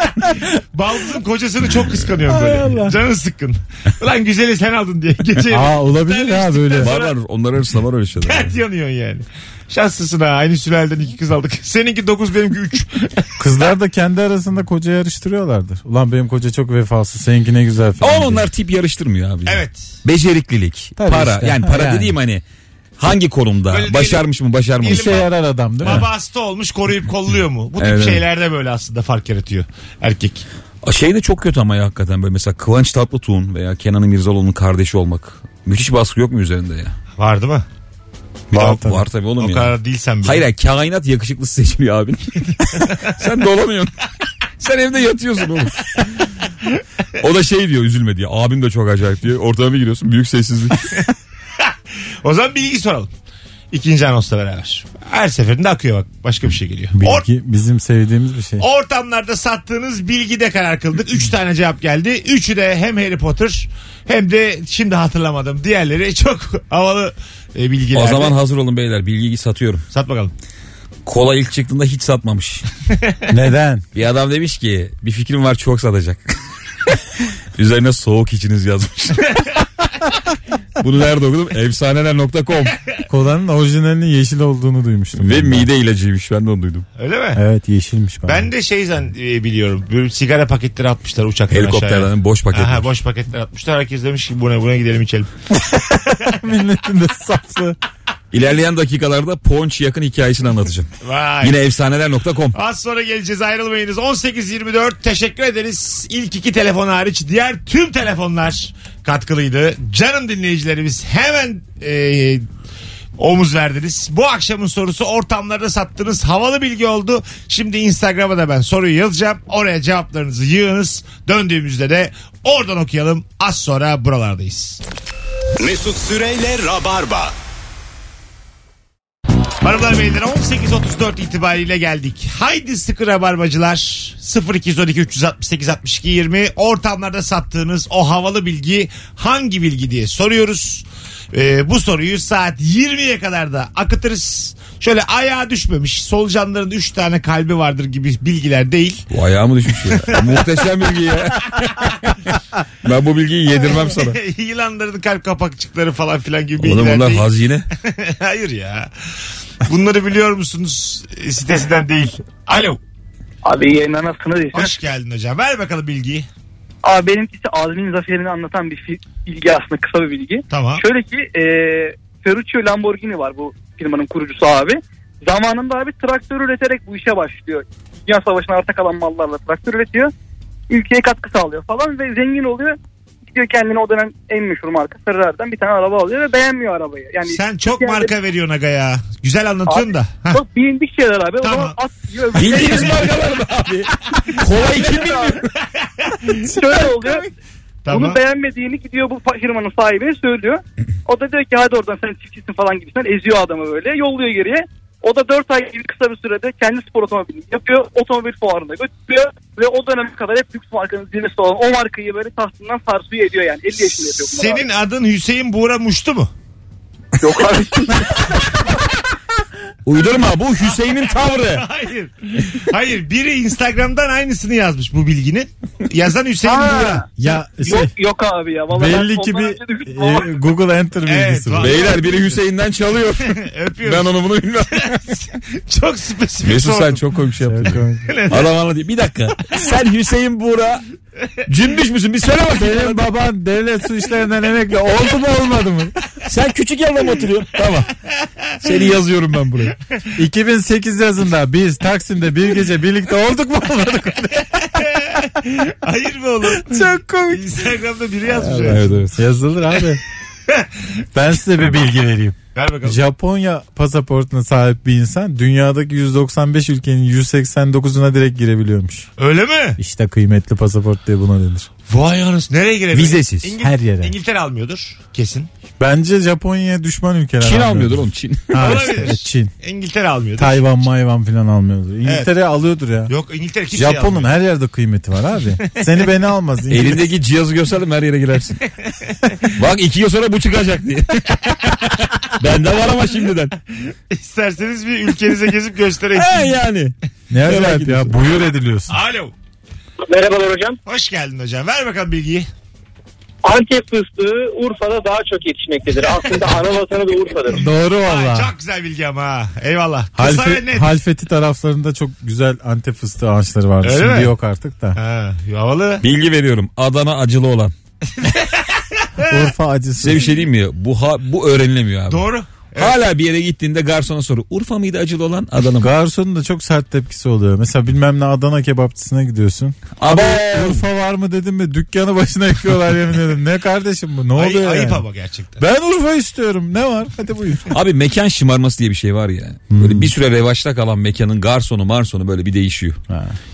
Speaker 2: Baldız'ın kocasını çok kıskanıyorum
Speaker 4: Ay
Speaker 2: böyle.
Speaker 4: Allah.
Speaker 2: Canı sıkkın. Ulan güzeli sen aldın diye. Gece
Speaker 4: Aa olabilir ha böyle.
Speaker 3: Var var onlar arasında var öyle şeyler.
Speaker 2: dert yanıyorsun yani. Şanslısın ha. Aynı sülaleden iki kız aldık. Seninki dokuz benimki üç.
Speaker 4: Kızlar da kendi arasında koca yarıştırıyorlardır. Ulan benim koca çok vefasız. Seninki ne güzel falan.
Speaker 3: Ama
Speaker 4: diye.
Speaker 3: onlar tip yarıştırmıyor abi.
Speaker 2: evet.
Speaker 3: Beceriklilik,
Speaker 4: Tabii
Speaker 3: para.
Speaker 4: işte.
Speaker 3: Yani
Speaker 4: Ha,
Speaker 3: para
Speaker 4: yani.
Speaker 3: dediğim hani hangi konumda
Speaker 2: Böyle
Speaker 3: başarmış mı
Speaker 4: bir
Speaker 3: başarmamış mı?
Speaker 4: şey yarar adam değil mi?
Speaker 2: Baba hasta olmuş koruyup kolluyor mu? Bu tip
Speaker 3: Evet.
Speaker 2: şeylerde böyle aslında fark yaratıyor erkek.
Speaker 3: A, Şey de çok kötü ama ya hakikaten böyle mesela Kıvanç Tatlıtuğ'un veya Kenan İmirzalıoğlu'nun kardeşi olmak. Müthiş baskı yok mu üzerinde ya?
Speaker 2: Vardı mı?
Speaker 4: Var
Speaker 3: Var,
Speaker 4: tabii.
Speaker 3: var tabii oğlum
Speaker 2: O
Speaker 3: ya.
Speaker 2: kadar değilsen bile.
Speaker 3: Hayır hayır, kainat yakışıklısı seçiliyor abin. Sen dolamıyorsun. Sen evde yatıyorsun oğlum. O da şey diyor üzülme diye. Abim de çok acayip diyor. Ortama bir giriyorsun büyük sessizlik.
Speaker 2: O zaman bilgi soralım. İkinci anonsla beraber. Her seferinde akıyor bak. Başka bir şey geliyor. Or-
Speaker 4: Bilgi bizim sevdiğimiz bir şey.
Speaker 2: ortamlarda sattığınız bilgide karar kıldık. Üç tane cevap geldi. Üçü de hem Harry Potter hem de şimdi hatırlamadım. Diğerleri çok havalı e, bilgiler.
Speaker 3: o zaman hazır olun beyler bilgiyi satıyorum.
Speaker 2: Sat bakalım.
Speaker 3: Kola ilk çıktığında hiç satmamış.
Speaker 4: Neden?
Speaker 3: Bir adam demiş ki bir fikrim var çok satacak. Üzerine soğuk içiniz yazmış. Bunu nerede okudum? Efsaneler.com
Speaker 4: Kolanın orijinalinin yeşil olduğunu duymuştum.
Speaker 3: ve
Speaker 4: ben.
Speaker 3: mide ilacıymış ben de onu duydum.
Speaker 2: Öyle mi?
Speaker 4: Evet yeşilmiş bana.
Speaker 2: Ben de şey zan e, biliyorum. Böyle sigara paketleri atmışlar uçaktan aşağıya.
Speaker 3: Helikopterden boş paket.
Speaker 2: Aha, boş paketler atmışlar. Herkes demiş ki buna buna gidelim içelim.
Speaker 4: milletin de saflığı.
Speaker 3: İlerleyen dakikalarda Ponç yakın hikayesini anlatacağım.
Speaker 2: Vay.
Speaker 3: Yine efsaneler.com.
Speaker 2: Az sonra geleceğiz ayrılmayınız. 18.24 teşekkür ederiz. İlk iki telefon hariç diğer tüm telefonlar katkılıydı. Canım dinleyicilerimiz hemen e, omuz verdiniz. Bu akşamın sorusu ortamlarda sattığınız havalı bilgi oldu. Şimdi Instagram'a da ben soruyu yazacağım. Oraya cevaplarınızı yığınız. Döndüğümüzde de oradan okuyalım. Az sonra buralardayız.
Speaker 1: Mesut Süreyle Rabarba.
Speaker 2: Hanımlar beyler 18.34 itibariyle geldik. Haydi sıkı rabarbacılar 0212 368 62 20 ortamlarda sattığınız o havalı bilgi hangi bilgi diye soruyoruz. Ee, bu soruyu saat 20'ye kadar da akıtırız. Şöyle ayağa düşmemiş solucanların 3 tane kalbi vardır gibi bilgiler değil.
Speaker 3: Bu ayağımı düşmüş ya. Muhteşem bilgi ya. ben bu bilgiyi yedirmem sana.
Speaker 2: Yılanların kalp kapakçıkları falan filan gibi
Speaker 3: Oğlum
Speaker 2: bilgiler
Speaker 3: bunlar
Speaker 2: değil.
Speaker 3: hazine.
Speaker 2: Hayır ya. Bunları biliyor musunuz? E, Sitesinden değil. Alo.
Speaker 7: Abi yayın anasını değilsin.
Speaker 2: Hoş geldin hocam. Ver bakalım bilgiyi.
Speaker 7: Abi benimkisi Azmi'nin zaferini anlatan bir fi- bilgi aslında kısa bir bilgi.
Speaker 2: Tamam.
Speaker 7: Şöyle ki e, Ferruccio Lamborghini var bu firmanın kurucusu abi. Zamanında abi traktör üreterek bu işe başlıyor. Dünya Savaşı'na arta kalan mallarla traktör üretiyor. Ülkeye katkı sağlıyor falan ve zengin oluyor. Gidiyor kendine o dönem en meşhur marka Ferrari'den bir tane araba alıyor ve beğenmiyor arabayı. Yani
Speaker 2: Sen çok
Speaker 7: Yani-
Speaker 2: marka veriyorsun aga ya. Güzel anlatıyorsun
Speaker 7: Abi,
Speaker 2: da. Hah.
Speaker 7: Çok bilindik şeyler abi.
Speaker 2: Tamam.
Speaker 7: O zaman at diyor.
Speaker 3: Bildiğiniz markalar mı abi? Kolay kim bilmiyor?
Speaker 7: Şöyle oluyor.
Speaker 2: tamam.
Speaker 7: Bunu beğenmediğini gidiyor bu fa- firmanın sahibine söylüyor. O da diyor ki hadi oradan sen çiftçisin falan gibisinden eziyor adamı böyle yolluyor geriye. O da 4 ay gibi kısa bir sürede kendi spor otomobilini yapıyor. Otomobil fuarına götürüyor. Ve o döneme kadar hep lüks markanın zirvesi olan o markayı böyle tahtından sarsıyor ediyor yani. 50 yaşında yapıyor bunları
Speaker 2: Senin adın Hüseyin Buğra Muştu mu?
Speaker 7: abi. Yok abi.
Speaker 3: Uydurma bu Hüseyin'in tavrı.
Speaker 2: Hayır. Hayır biri Instagram'dan aynısını yazmış bu bilginin. Yazan Hüseyin
Speaker 7: Ha.
Speaker 2: Buğra.
Speaker 4: Ya şey,
Speaker 7: yok, yok abi ya. Vallahi ben
Speaker 4: belli ki
Speaker 7: ondan önce
Speaker 4: bir
Speaker 7: düşündüm ama-
Speaker 4: e, Google Enter
Speaker 2: Evet,
Speaker 4: bilgisi
Speaker 2: var.
Speaker 4: var.
Speaker 3: Beyler biri Hüseyin'den çalıyor.
Speaker 2: Öpüyorum.
Speaker 3: ben onu bunu bilmem.
Speaker 2: Çok spesifik
Speaker 3: Mesut sen
Speaker 2: sordum.
Speaker 3: çok komik şey yaptın.
Speaker 4: Evet, komik.
Speaker 3: Adam anlatıyor. Bir dakika. Sen Hüseyin Buğra cümbüş müsün? Bir söyle bakayım.
Speaker 4: Senin baban devlet su işlerinden emekli oldu mu olmadı mı?
Speaker 3: Sen küçük yerde mi oturuyorsun? Tamam. Seni yazıyorum ben buraya.
Speaker 4: 2008 yazında biz Taksim'de bir gece birlikte olduk mu olmadık mı?
Speaker 2: Hayır mı oğlum?
Speaker 4: Çok komik.
Speaker 2: Instagram'da biri yazmış. öyle.
Speaker 3: Evet evet.
Speaker 4: Yazılır abi. ben size bir bilgi vereyim.
Speaker 2: Ver bakalım.
Speaker 4: Japonya pasaportuna sahip bir insan dünyadaki 195 ülkenin 189'una direkt girebiliyormuş.
Speaker 2: Öyle mi?
Speaker 4: İşte kıymetli pasaport diye buna denir.
Speaker 2: Vay anasını nereye girebilir?
Speaker 4: Vizesiz, her yere.
Speaker 2: İngiltere almıyordur kesin.
Speaker 4: Bence Japonya'ya düşman ülkeler.
Speaker 3: Çin
Speaker 4: almıyordur.
Speaker 3: almıyordur oğlum Çin.
Speaker 4: Ha
Speaker 2: Olabilir.
Speaker 4: işte, Çin.
Speaker 2: İngiltere almıyordur.
Speaker 4: Tayvan mayvan filan almıyordur. İngiltere alıyordur ya.
Speaker 2: Yok İngiltere kimse
Speaker 4: Japon'un
Speaker 2: almıyor.
Speaker 4: her yerde kıymeti var abi. Seni beni almaz. İngiliz-
Speaker 3: Elindeki cihazı gösterdim her yere girersin. Bak iki yıl sonra bu çıkacak diye. Bende var ama şimdiden.
Speaker 2: İsterseniz bir ülkenize gezip göstereyim.
Speaker 3: He yani.
Speaker 4: Ne acayip ya buyur ediliyorsun.
Speaker 2: Alo.
Speaker 8: Merhabalar hocam.
Speaker 2: Hoş geldin hocam. Ver bakalım bilgiyi.
Speaker 8: Antep fıstığı Urfa'da daha çok yetişmektedir. Aslında ana vatanı da Urfa'dır.
Speaker 4: Doğru
Speaker 2: Ay,
Speaker 4: valla.
Speaker 2: çok güzel bilgi ama ha. Eyvallah. Kısa ve
Speaker 4: Halfe,
Speaker 2: net.
Speaker 4: Halfeti taraflarında çok güzel antep fıstığı ağaçları vardı.
Speaker 2: Öyle
Speaker 4: Şimdi
Speaker 2: mi?
Speaker 4: yok artık da.
Speaker 2: Ha, havalı.
Speaker 3: Bilgi veriyorum. Adana acılı olan.
Speaker 4: Urfa acısı.
Speaker 3: Size bir şey diyeyim mi? ya? Bu, ha, bu öğrenilemiyor abi.
Speaker 2: Doğru.
Speaker 3: Hala bir yere gittiğinde garsona soru. Urfa mıydı acılı olan Adana mı?
Speaker 4: Garsonun da çok sert tepkisi oluyor. Mesela bilmem ne Adana kebapçısına gidiyorsun.
Speaker 3: Abi
Speaker 4: Urfa var mı dedim mi dükkanı başına yıkıyorlar yemin ederim. Ne kardeşim bu ne
Speaker 2: Ay-
Speaker 4: oluyor
Speaker 2: ayıp
Speaker 4: yani?
Speaker 2: ama gerçekten.
Speaker 4: Ben Urfa istiyorum. Ne var? Hadi buyur.
Speaker 3: Abi mekan şımarması diye bir şey var ya.
Speaker 4: Hmm.
Speaker 3: Böyle bir süre revaçta kalan mekanın garsonu marsonu böyle bir değişiyor.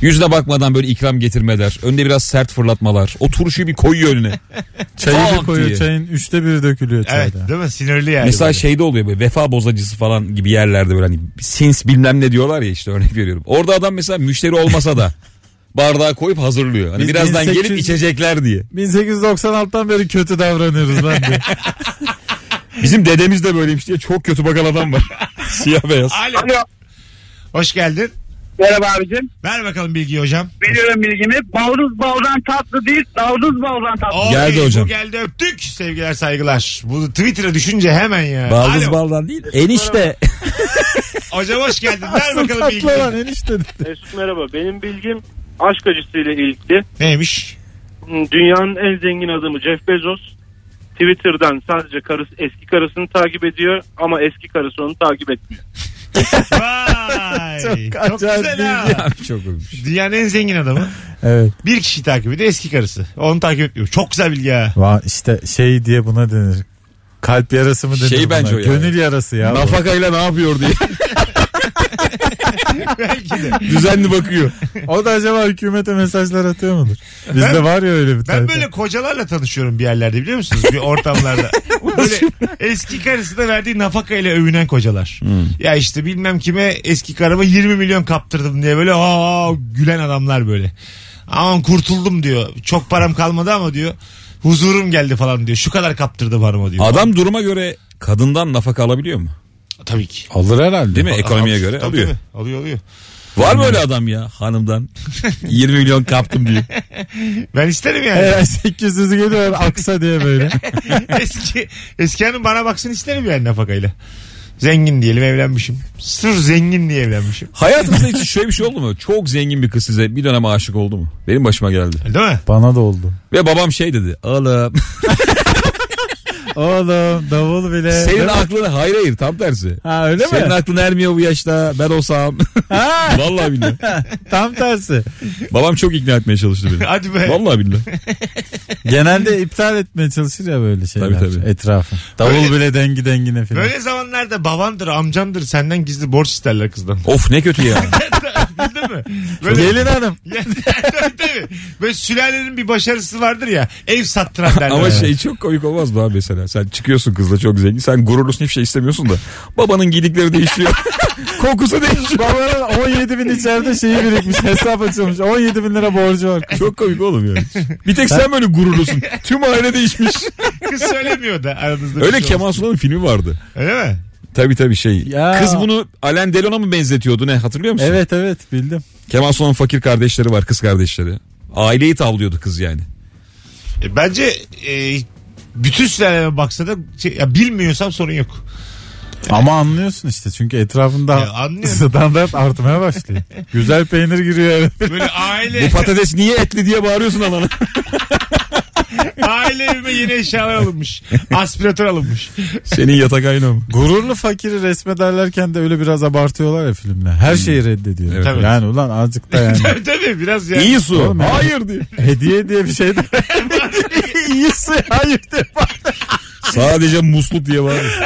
Speaker 3: Yüzüne bakmadan böyle ikram getirmeler. Önde biraz sert fırlatmalar. O turşuyu bir koyuyor önüne.
Speaker 4: Çayı
Speaker 3: Bak
Speaker 4: bir koyuyor
Speaker 3: diye.
Speaker 4: çayın üçte biri dökülüyor çayda.
Speaker 2: Evet değil mi? Sinirli yani.
Speaker 3: Mesela
Speaker 2: böyle.
Speaker 3: şeyde oluyor böyle vefa bozacısı falan gibi yerlerde böyle hani sins bilmem ne diyorlar ya işte örnek veriyorum. Orada adam mesela müşteri olmasa da bardağa koyup hazırlıyor. Hani
Speaker 4: Biz
Speaker 3: birazdan
Speaker 4: 1800
Speaker 3: gelip içecekler diye.
Speaker 4: 1896'dan beri kötü davranıyoruz lan diye.
Speaker 3: Bizim dedemiz de böyleymiş diye çok kötü bakan adam var. Siyah beyaz.
Speaker 2: Alo. Hoş geldin.
Speaker 7: Merhaba abicim.
Speaker 2: Ver bakalım bilgiyi hocam.
Speaker 7: Veriyorum bilgimi. Baldız baldan tatlı değil, davduz baldan tatlı.
Speaker 2: Oy,
Speaker 3: Geldi hocam.
Speaker 2: Bu geldi öptük. Sevgiler saygılar. Bunu Twitter'a düşünce hemen ya.
Speaker 3: Baldız
Speaker 2: Alo.
Speaker 3: baldan değil. Enişte.
Speaker 2: Hocam hoş geldin. Ver bakalım
Speaker 4: Tatlı
Speaker 2: bilgiyi.
Speaker 4: lan enişte dedi.
Speaker 9: Mesut merhaba. Benim bilgim aşk acısıyla ilgili.
Speaker 2: Neymiş?
Speaker 9: Dünyanın en zengin adamı Jeff Bezos. Twitter'dan sadece karısı, eski karısını takip ediyor ama eski karısı onu takip etmiyor.
Speaker 2: Vay.
Speaker 4: Çok
Speaker 2: Çok
Speaker 4: acayip
Speaker 2: güzel
Speaker 4: bilgi.
Speaker 2: ha.
Speaker 3: Abi çok ölmüş.
Speaker 2: Dünyanın en zengin adamı.
Speaker 4: Evet.
Speaker 2: Bir kişi takip ediyor eski karısı. Onu takip etmiyor. Çok güzel bilgi ha.
Speaker 4: Va işte şey diye buna denir. Kalp yarası mı denir
Speaker 3: Şey
Speaker 4: buna?
Speaker 3: bence o ya.
Speaker 4: Gönül yarası ya. bu.
Speaker 3: Nafakayla ne yapıyor diye
Speaker 2: Belki de.
Speaker 3: düzenli bakıyor.
Speaker 4: O da acaba hükümete mesajlar atıyor mudur? Bizde
Speaker 2: Ben-
Speaker 4: var ya öyle bir
Speaker 2: Ben
Speaker 4: tayfa.
Speaker 2: böyle kocalarla tanışıyorum bir yerlerde biliyor musunuz? Bir ortamlarda. böyle eski karısına verdiği nafaka ile övünen kocalar.
Speaker 3: Hmm.
Speaker 2: Ya işte bilmem kime eski karıma 20 milyon kaptırdım diye böyle aa gülen adamlar böyle. Aman kurtuldum diyor. Çok param kalmadı ama diyor. Huzurum geldi falan diyor. Şu kadar kaptırdı paramı diyor.
Speaker 3: Adam duruma göre kadından nafaka alabiliyor mu?
Speaker 2: tabii ki.
Speaker 4: Alır herhalde.
Speaker 3: Değil mi? Ekonomiye göre
Speaker 2: Tabii,
Speaker 3: alıyor.
Speaker 2: tabii. Alıyor alıyor.
Speaker 3: Var mı öyle adam ya hanımdan? 20 milyon kaptım diye.
Speaker 2: Ben isterim yani.
Speaker 4: Eğer 800'ü geliyor aksa diye böyle.
Speaker 2: eski eski hanım bana baksın isterim yani nafakayla. Zengin diyelim evlenmişim. Sırf zengin diye evlenmişim.
Speaker 3: Hayatınızda hiç şöyle bir şey oldu mu? Çok zengin bir kız size bir dönem aşık oldu mu? Benim başıma geldi.
Speaker 2: Değil mi?
Speaker 4: Bana da oldu.
Speaker 3: Ve babam şey dedi. Oğlum
Speaker 4: Oğlum davul bile.
Speaker 3: senin aklın hayır hayır tam tersi.
Speaker 4: Ha öyle
Speaker 3: senin
Speaker 4: mi?
Speaker 3: aklın ermiyor bu yaşta ben olsam.
Speaker 4: Ha,
Speaker 3: Vallahi billahi.
Speaker 4: tam tersi.
Speaker 3: Babam çok ikna etmeye çalıştı beni.
Speaker 2: Hadi be.
Speaker 3: Vallahi billahi.
Speaker 4: Genelde iptal etmeye çalışır ya böyle şeyler.
Speaker 3: Tabii, tabii.
Speaker 4: Etrafı. Davul
Speaker 2: Böyle-
Speaker 4: bile dengi dengine filan.
Speaker 2: Böyle zamanlarda babandır, amcandır senden gizli borç isterler kızdan.
Speaker 3: Of ne kötü ya.
Speaker 2: Bildin mi? Böyle,
Speaker 4: Gelin hanım.
Speaker 2: Ya, tabii, tabii. Böyle sülalenin bir başarısı vardır ya. Ev sattıran derler.
Speaker 3: şey- Ama şey çok komik olmaz mı abi mesela? sonra. Sen çıkıyorsun kızla çok zengin. Sen gururlusun hiçbir şey istemiyorsun da. Babanın giydikleri değişiyor. Kokusu değişiyor.
Speaker 4: Babanın 17 bin içeride şeyi birikmiş. Hesap açılmış. 17 bin lira borcu var.
Speaker 3: Çok komik oğlum yani. Bir tek sen böyle gururlusun. Tüm aile değişmiş.
Speaker 2: Kız söylemiyor da aranızda. bir
Speaker 3: Öyle
Speaker 2: şey
Speaker 3: Kemal
Speaker 2: olsun.
Speaker 3: Sunal'ın filmi vardı.
Speaker 2: Öyle mi?
Speaker 3: Tabii tabii şey.
Speaker 4: Ya.
Speaker 3: Kız bunu Alain Delon'a mı benzetiyordu ne hatırlıyor musun?
Speaker 4: Evet evet bildim.
Speaker 3: Kemal Sunal'ın fakir kardeşleri var kız kardeşleri. Aileyi tavlıyordu kız yani.
Speaker 2: E, bence e, bütün sülaleme baksa da şey, ya bilmiyorsam sorun yok.
Speaker 4: Ama anlıyorsun işte çünkü
Speaker 3: E,
Speaker 2: Ya,
Speaker 4: etrafında
Speaker 2: anlıyorum.
Speaker 4: standart artmaya başlıyor. Güzel peynir giriyor eve.
Speaker 2: Böyle aile
Speaker 3: Bu patates niye etli diye bağırıyorsun anana.
Speaker 2: aile evime yeni eşyalar alınmış. Aspiratör alınmış.
Speaker 3: Senin yatak aynı mı?
Speaker 4: Gururlu fakiri resmederlerken de öyle biraz abartıyorlar ya filmde. Her şeyi reddediyor.
Speaker 3: Hmm. Evet.
Speaker 2: Tabii.
Speaker 4: Yani ulan azıcık da yani.
Speaker 2: tabii tabii biraz ya.
Speaker 3: İyi su.
Speaker 4: Oğlum, evet.
Speaker 3: Hayır diyor.
Speaker 4: Hediye diye bir şey de. İyisi hayır de.
Speaker 3: Sadece musluk diye bağırıyor.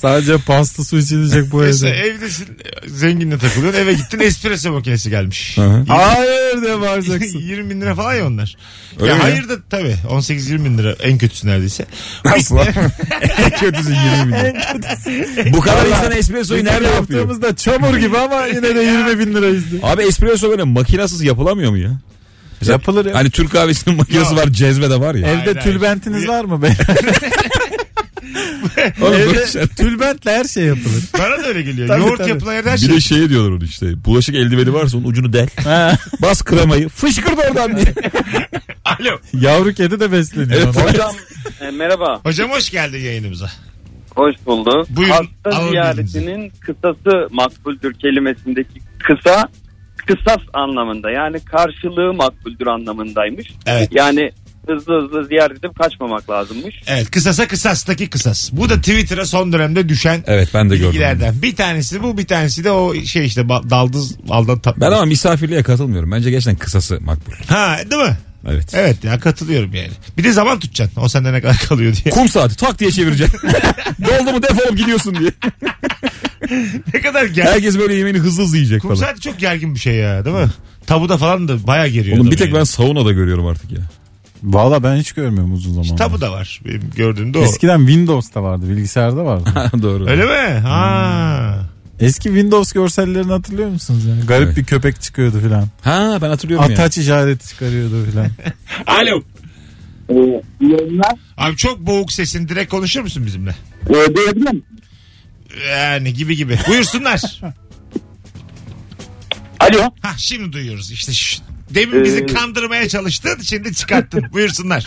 Speaker 4: Sadece pasta su içilecek bu
Speaker 2: Mesela
Speaker 4: evde.
Speaker 2: evdesin zenginle takılıyorsun eve gittin espresso makinesi gelmiş.
Speaker 4: Hayır de bağıracaksın.
Speaker 2: 20 bin lira falan ya onlar.
Speaker 3: Öyle
Speaker 2: ya
Speaker 3: mi?
Speaker 2: hayır da tabii 18-20 bin lira en kötüsü neredeyse.
Speaker 3: Nasıl lan? en kötüsü 20 milyon. Bu kadar insan espressoyu nerede yapıyor?
Speaker 4: yaptığımızda çamur gibi ama yine de 20 bin lira izdi.
Speaker 3: Abi espresso böyle makinasız yapılamıyor mu ya?
Speaker 4: Yapılır ya.
Speaker 3: Hani Türk kahvesinin makinesi
Speaker 2: Yok.
Speaker 3: var cezve de var ya.
Speaker 2: Hayır,
Speaker 4: Evde
Speaker 2: hayır.
Speaker 4: tülbentiniz var mı? be?
Speaker 3: Oğlum böyle şey-
Speaker 4: Evde tülbentle her şey yapılır.
Speaker 2: Bana da öyle geliyor.
Speaker 4: Tabii,
Speaker 2: Yoğurt
Speaker 4: tabii.
Speaker 2: yapılan yerde her
Speaker 3: Bir
Speaker 2: şey.
Speaker 3: de şey diyorlar onu işte. Bulaşık eldiveni varsa onun ucunu del. Bas kremayı. Fışkırt oradan diye.
Speaker 2: Alo.
Speaker 4: Yavru kedi de besleniyor.
Speaker 3: Evet.
Speaker 6: Hocam e, merhaba.
Speaker 2: Hocam hoş geldin yayınımıza.
Speaker 6: Hoş bulduk.
Speaker 2: Buyurun,
Speaker 6: Hasta
Speaker 2: alın
Speaker 6: ziyaretinin kısası makbuldür kelimesindeki kısa kısas anlamında yani karşılığı makbuldür anlamındaymış.
Speaker 2: Evet.
Speaker 6: Yani hızlı hızlı ziyaret edip kaçmamak lazımmış.
Speaker 2: Evet kısasa kısastaki kısas. Bu da Twitter'a son dönemde düşen
Speaker 3: Evet ben de gördüm.
Speaker 2: bilgilerden. Bir tanesi bu bir tanesi de o şey işte ba- daldız aldan tatlı.
Speaker 3: Ben ama misafirliğe katılmıyorum. Bence gerçekten kısası makbul.
Speaker 2: Ha değil mi?
Speaker 3: Evet.
Speaker 2: Evet ya katılıyorum yani. Bir de zaman tutacaksın. O sende ne kadar kalıyor diye.
Speaker 3: Kum saati tak diye çevireceksin. Doldu mu defolup gidiyorsun diye.
Speaker 2: ne kadar gergin.
Speaker 3: Herkes böyle yemeğini hızlı hızlı yiyecek
Speaker 2: Kum
Speaker 3: falan.
Speaker 2: saati çok gergin bir şey ya değil mi? Tabuda falan da bayağı geriyor.
Speaker 3: Oğlum
Speaker 2: adamı
Speaker 3: bir tek
Speaker 2: yani.
Speaker 3: ben saunada görüyorum artık ya.
Speaker 4: Valla ben hiç görmüyorum uzun zamandır.
Speaker 2: Tabu da var benim gördüğümde o.
Speaker 4: Eskiden Windows'ta vardı, bilgisayarda vardı.
Speaker 3: Doğru.
Speaker 2: Öyle mi? Ha.
Speaker 4: Eski Windows görsellerini hatırlıyor musunuz ya? Garip
Speaker 3: Evet.
Speaker 4: bir köpek çıkıyordu filan.
Speaker 3: Ha ben hatırlıyorum ya.
Speaker 4: Ataç işareti çıkarıyordu filan.
Speaker 2: Alo.
Speaker 8: Ee, iyi yayınlar.
Speaker 2: Abi çok boğuk sesin. Direkt konuşur musun bizimle?
Speaker 8: Ee, duyabiliyor musun?
Speaker 2: Yani gibi gibi. Buyursunlar.
Speaker 8: Alo.
Speaker 2: ha şimdi duyuyoruz işte. şşt. Demin bizi
Speaker 7: Ee,
Speaker 2: kandırmaya çalıştın. Şimdi çıkarttın. Buyursunlar.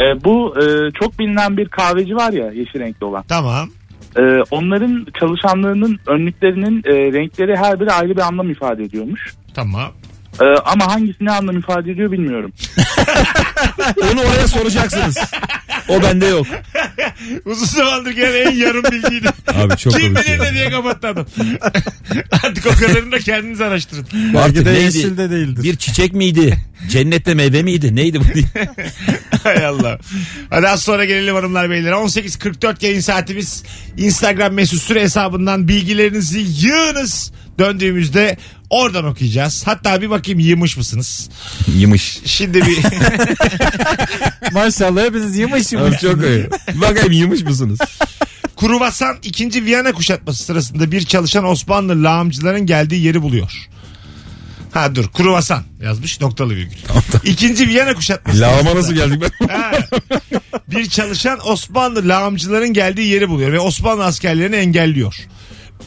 Speaker 7: Ee, bu e, çok bilinen bir kahveci var ya yeşil renkli olan.
Speaker 2: Tamam.
Speaker 7: Ee, onların çalışanlarının önlüklerinin e, renkleri her biri ayrı bir anlam ifade ediyormuş.
Speaker 2: Tamam.
Speaker 7: Ee, ama hangisi ne anlam ifade ediyor bilmiyorum.
Speaker 3: Onu oraya soracaksınız. O bende yok.
Speaker 2: Uzun zamandır gene en yarım bilgiydi.
Speaker 3: Abi çok
Speaker 2: Kim
Speaker 3: komik
Speaker 2: bilir
Speaker 3: ya.
Speaker 2: ne diye kapattı adam. Artık o kadarını da kendiniz araştırın.
Speaker 4: Belki
Speaker 3: Artık
Speaker 4: de
Speaker 3: neydi?
Speaker 4: yeşil de değildir.
Speaker 3: Bir çiçek miydi? Cennette meyve miydi? Neydi bu diye.
Speaker 2: Hay Allah. Hadi az sonra gelelim hanımlar beyler. 18.44 yayın saatimiz. Instagram mesut süre hesabından bilgilerinizi yığınız. Döndüğümüzde oradan okuyacağız. Hatta bir bakayım yığmış mısınız?
Speaker 3: Yımış.
Speaker 2: Şimdi bir
Speaker 4: Maşallah hepiniz yemiş
Speaker 3: Abi
Speaker 4: yemiş.
Speaker 3: çok iyi. Bakayım yımış mısınız?
Speaker 2: Kuruvasan 2. Viyana kuşatması sırasında bir çalışan Osmanlı lağımcıların geldiği yeri buluyor. Ha dur Kuruvasan yazmış noktalı virgül. İkinci Viyana kuşatması.
Speaker 3: Lağıma nasıl geldik ben?
Speaker 2: Ha. bir çalışan Osmanlı lağımcıların geldiği yeri buluyor ve Osmanlı askerlerini engelliyor.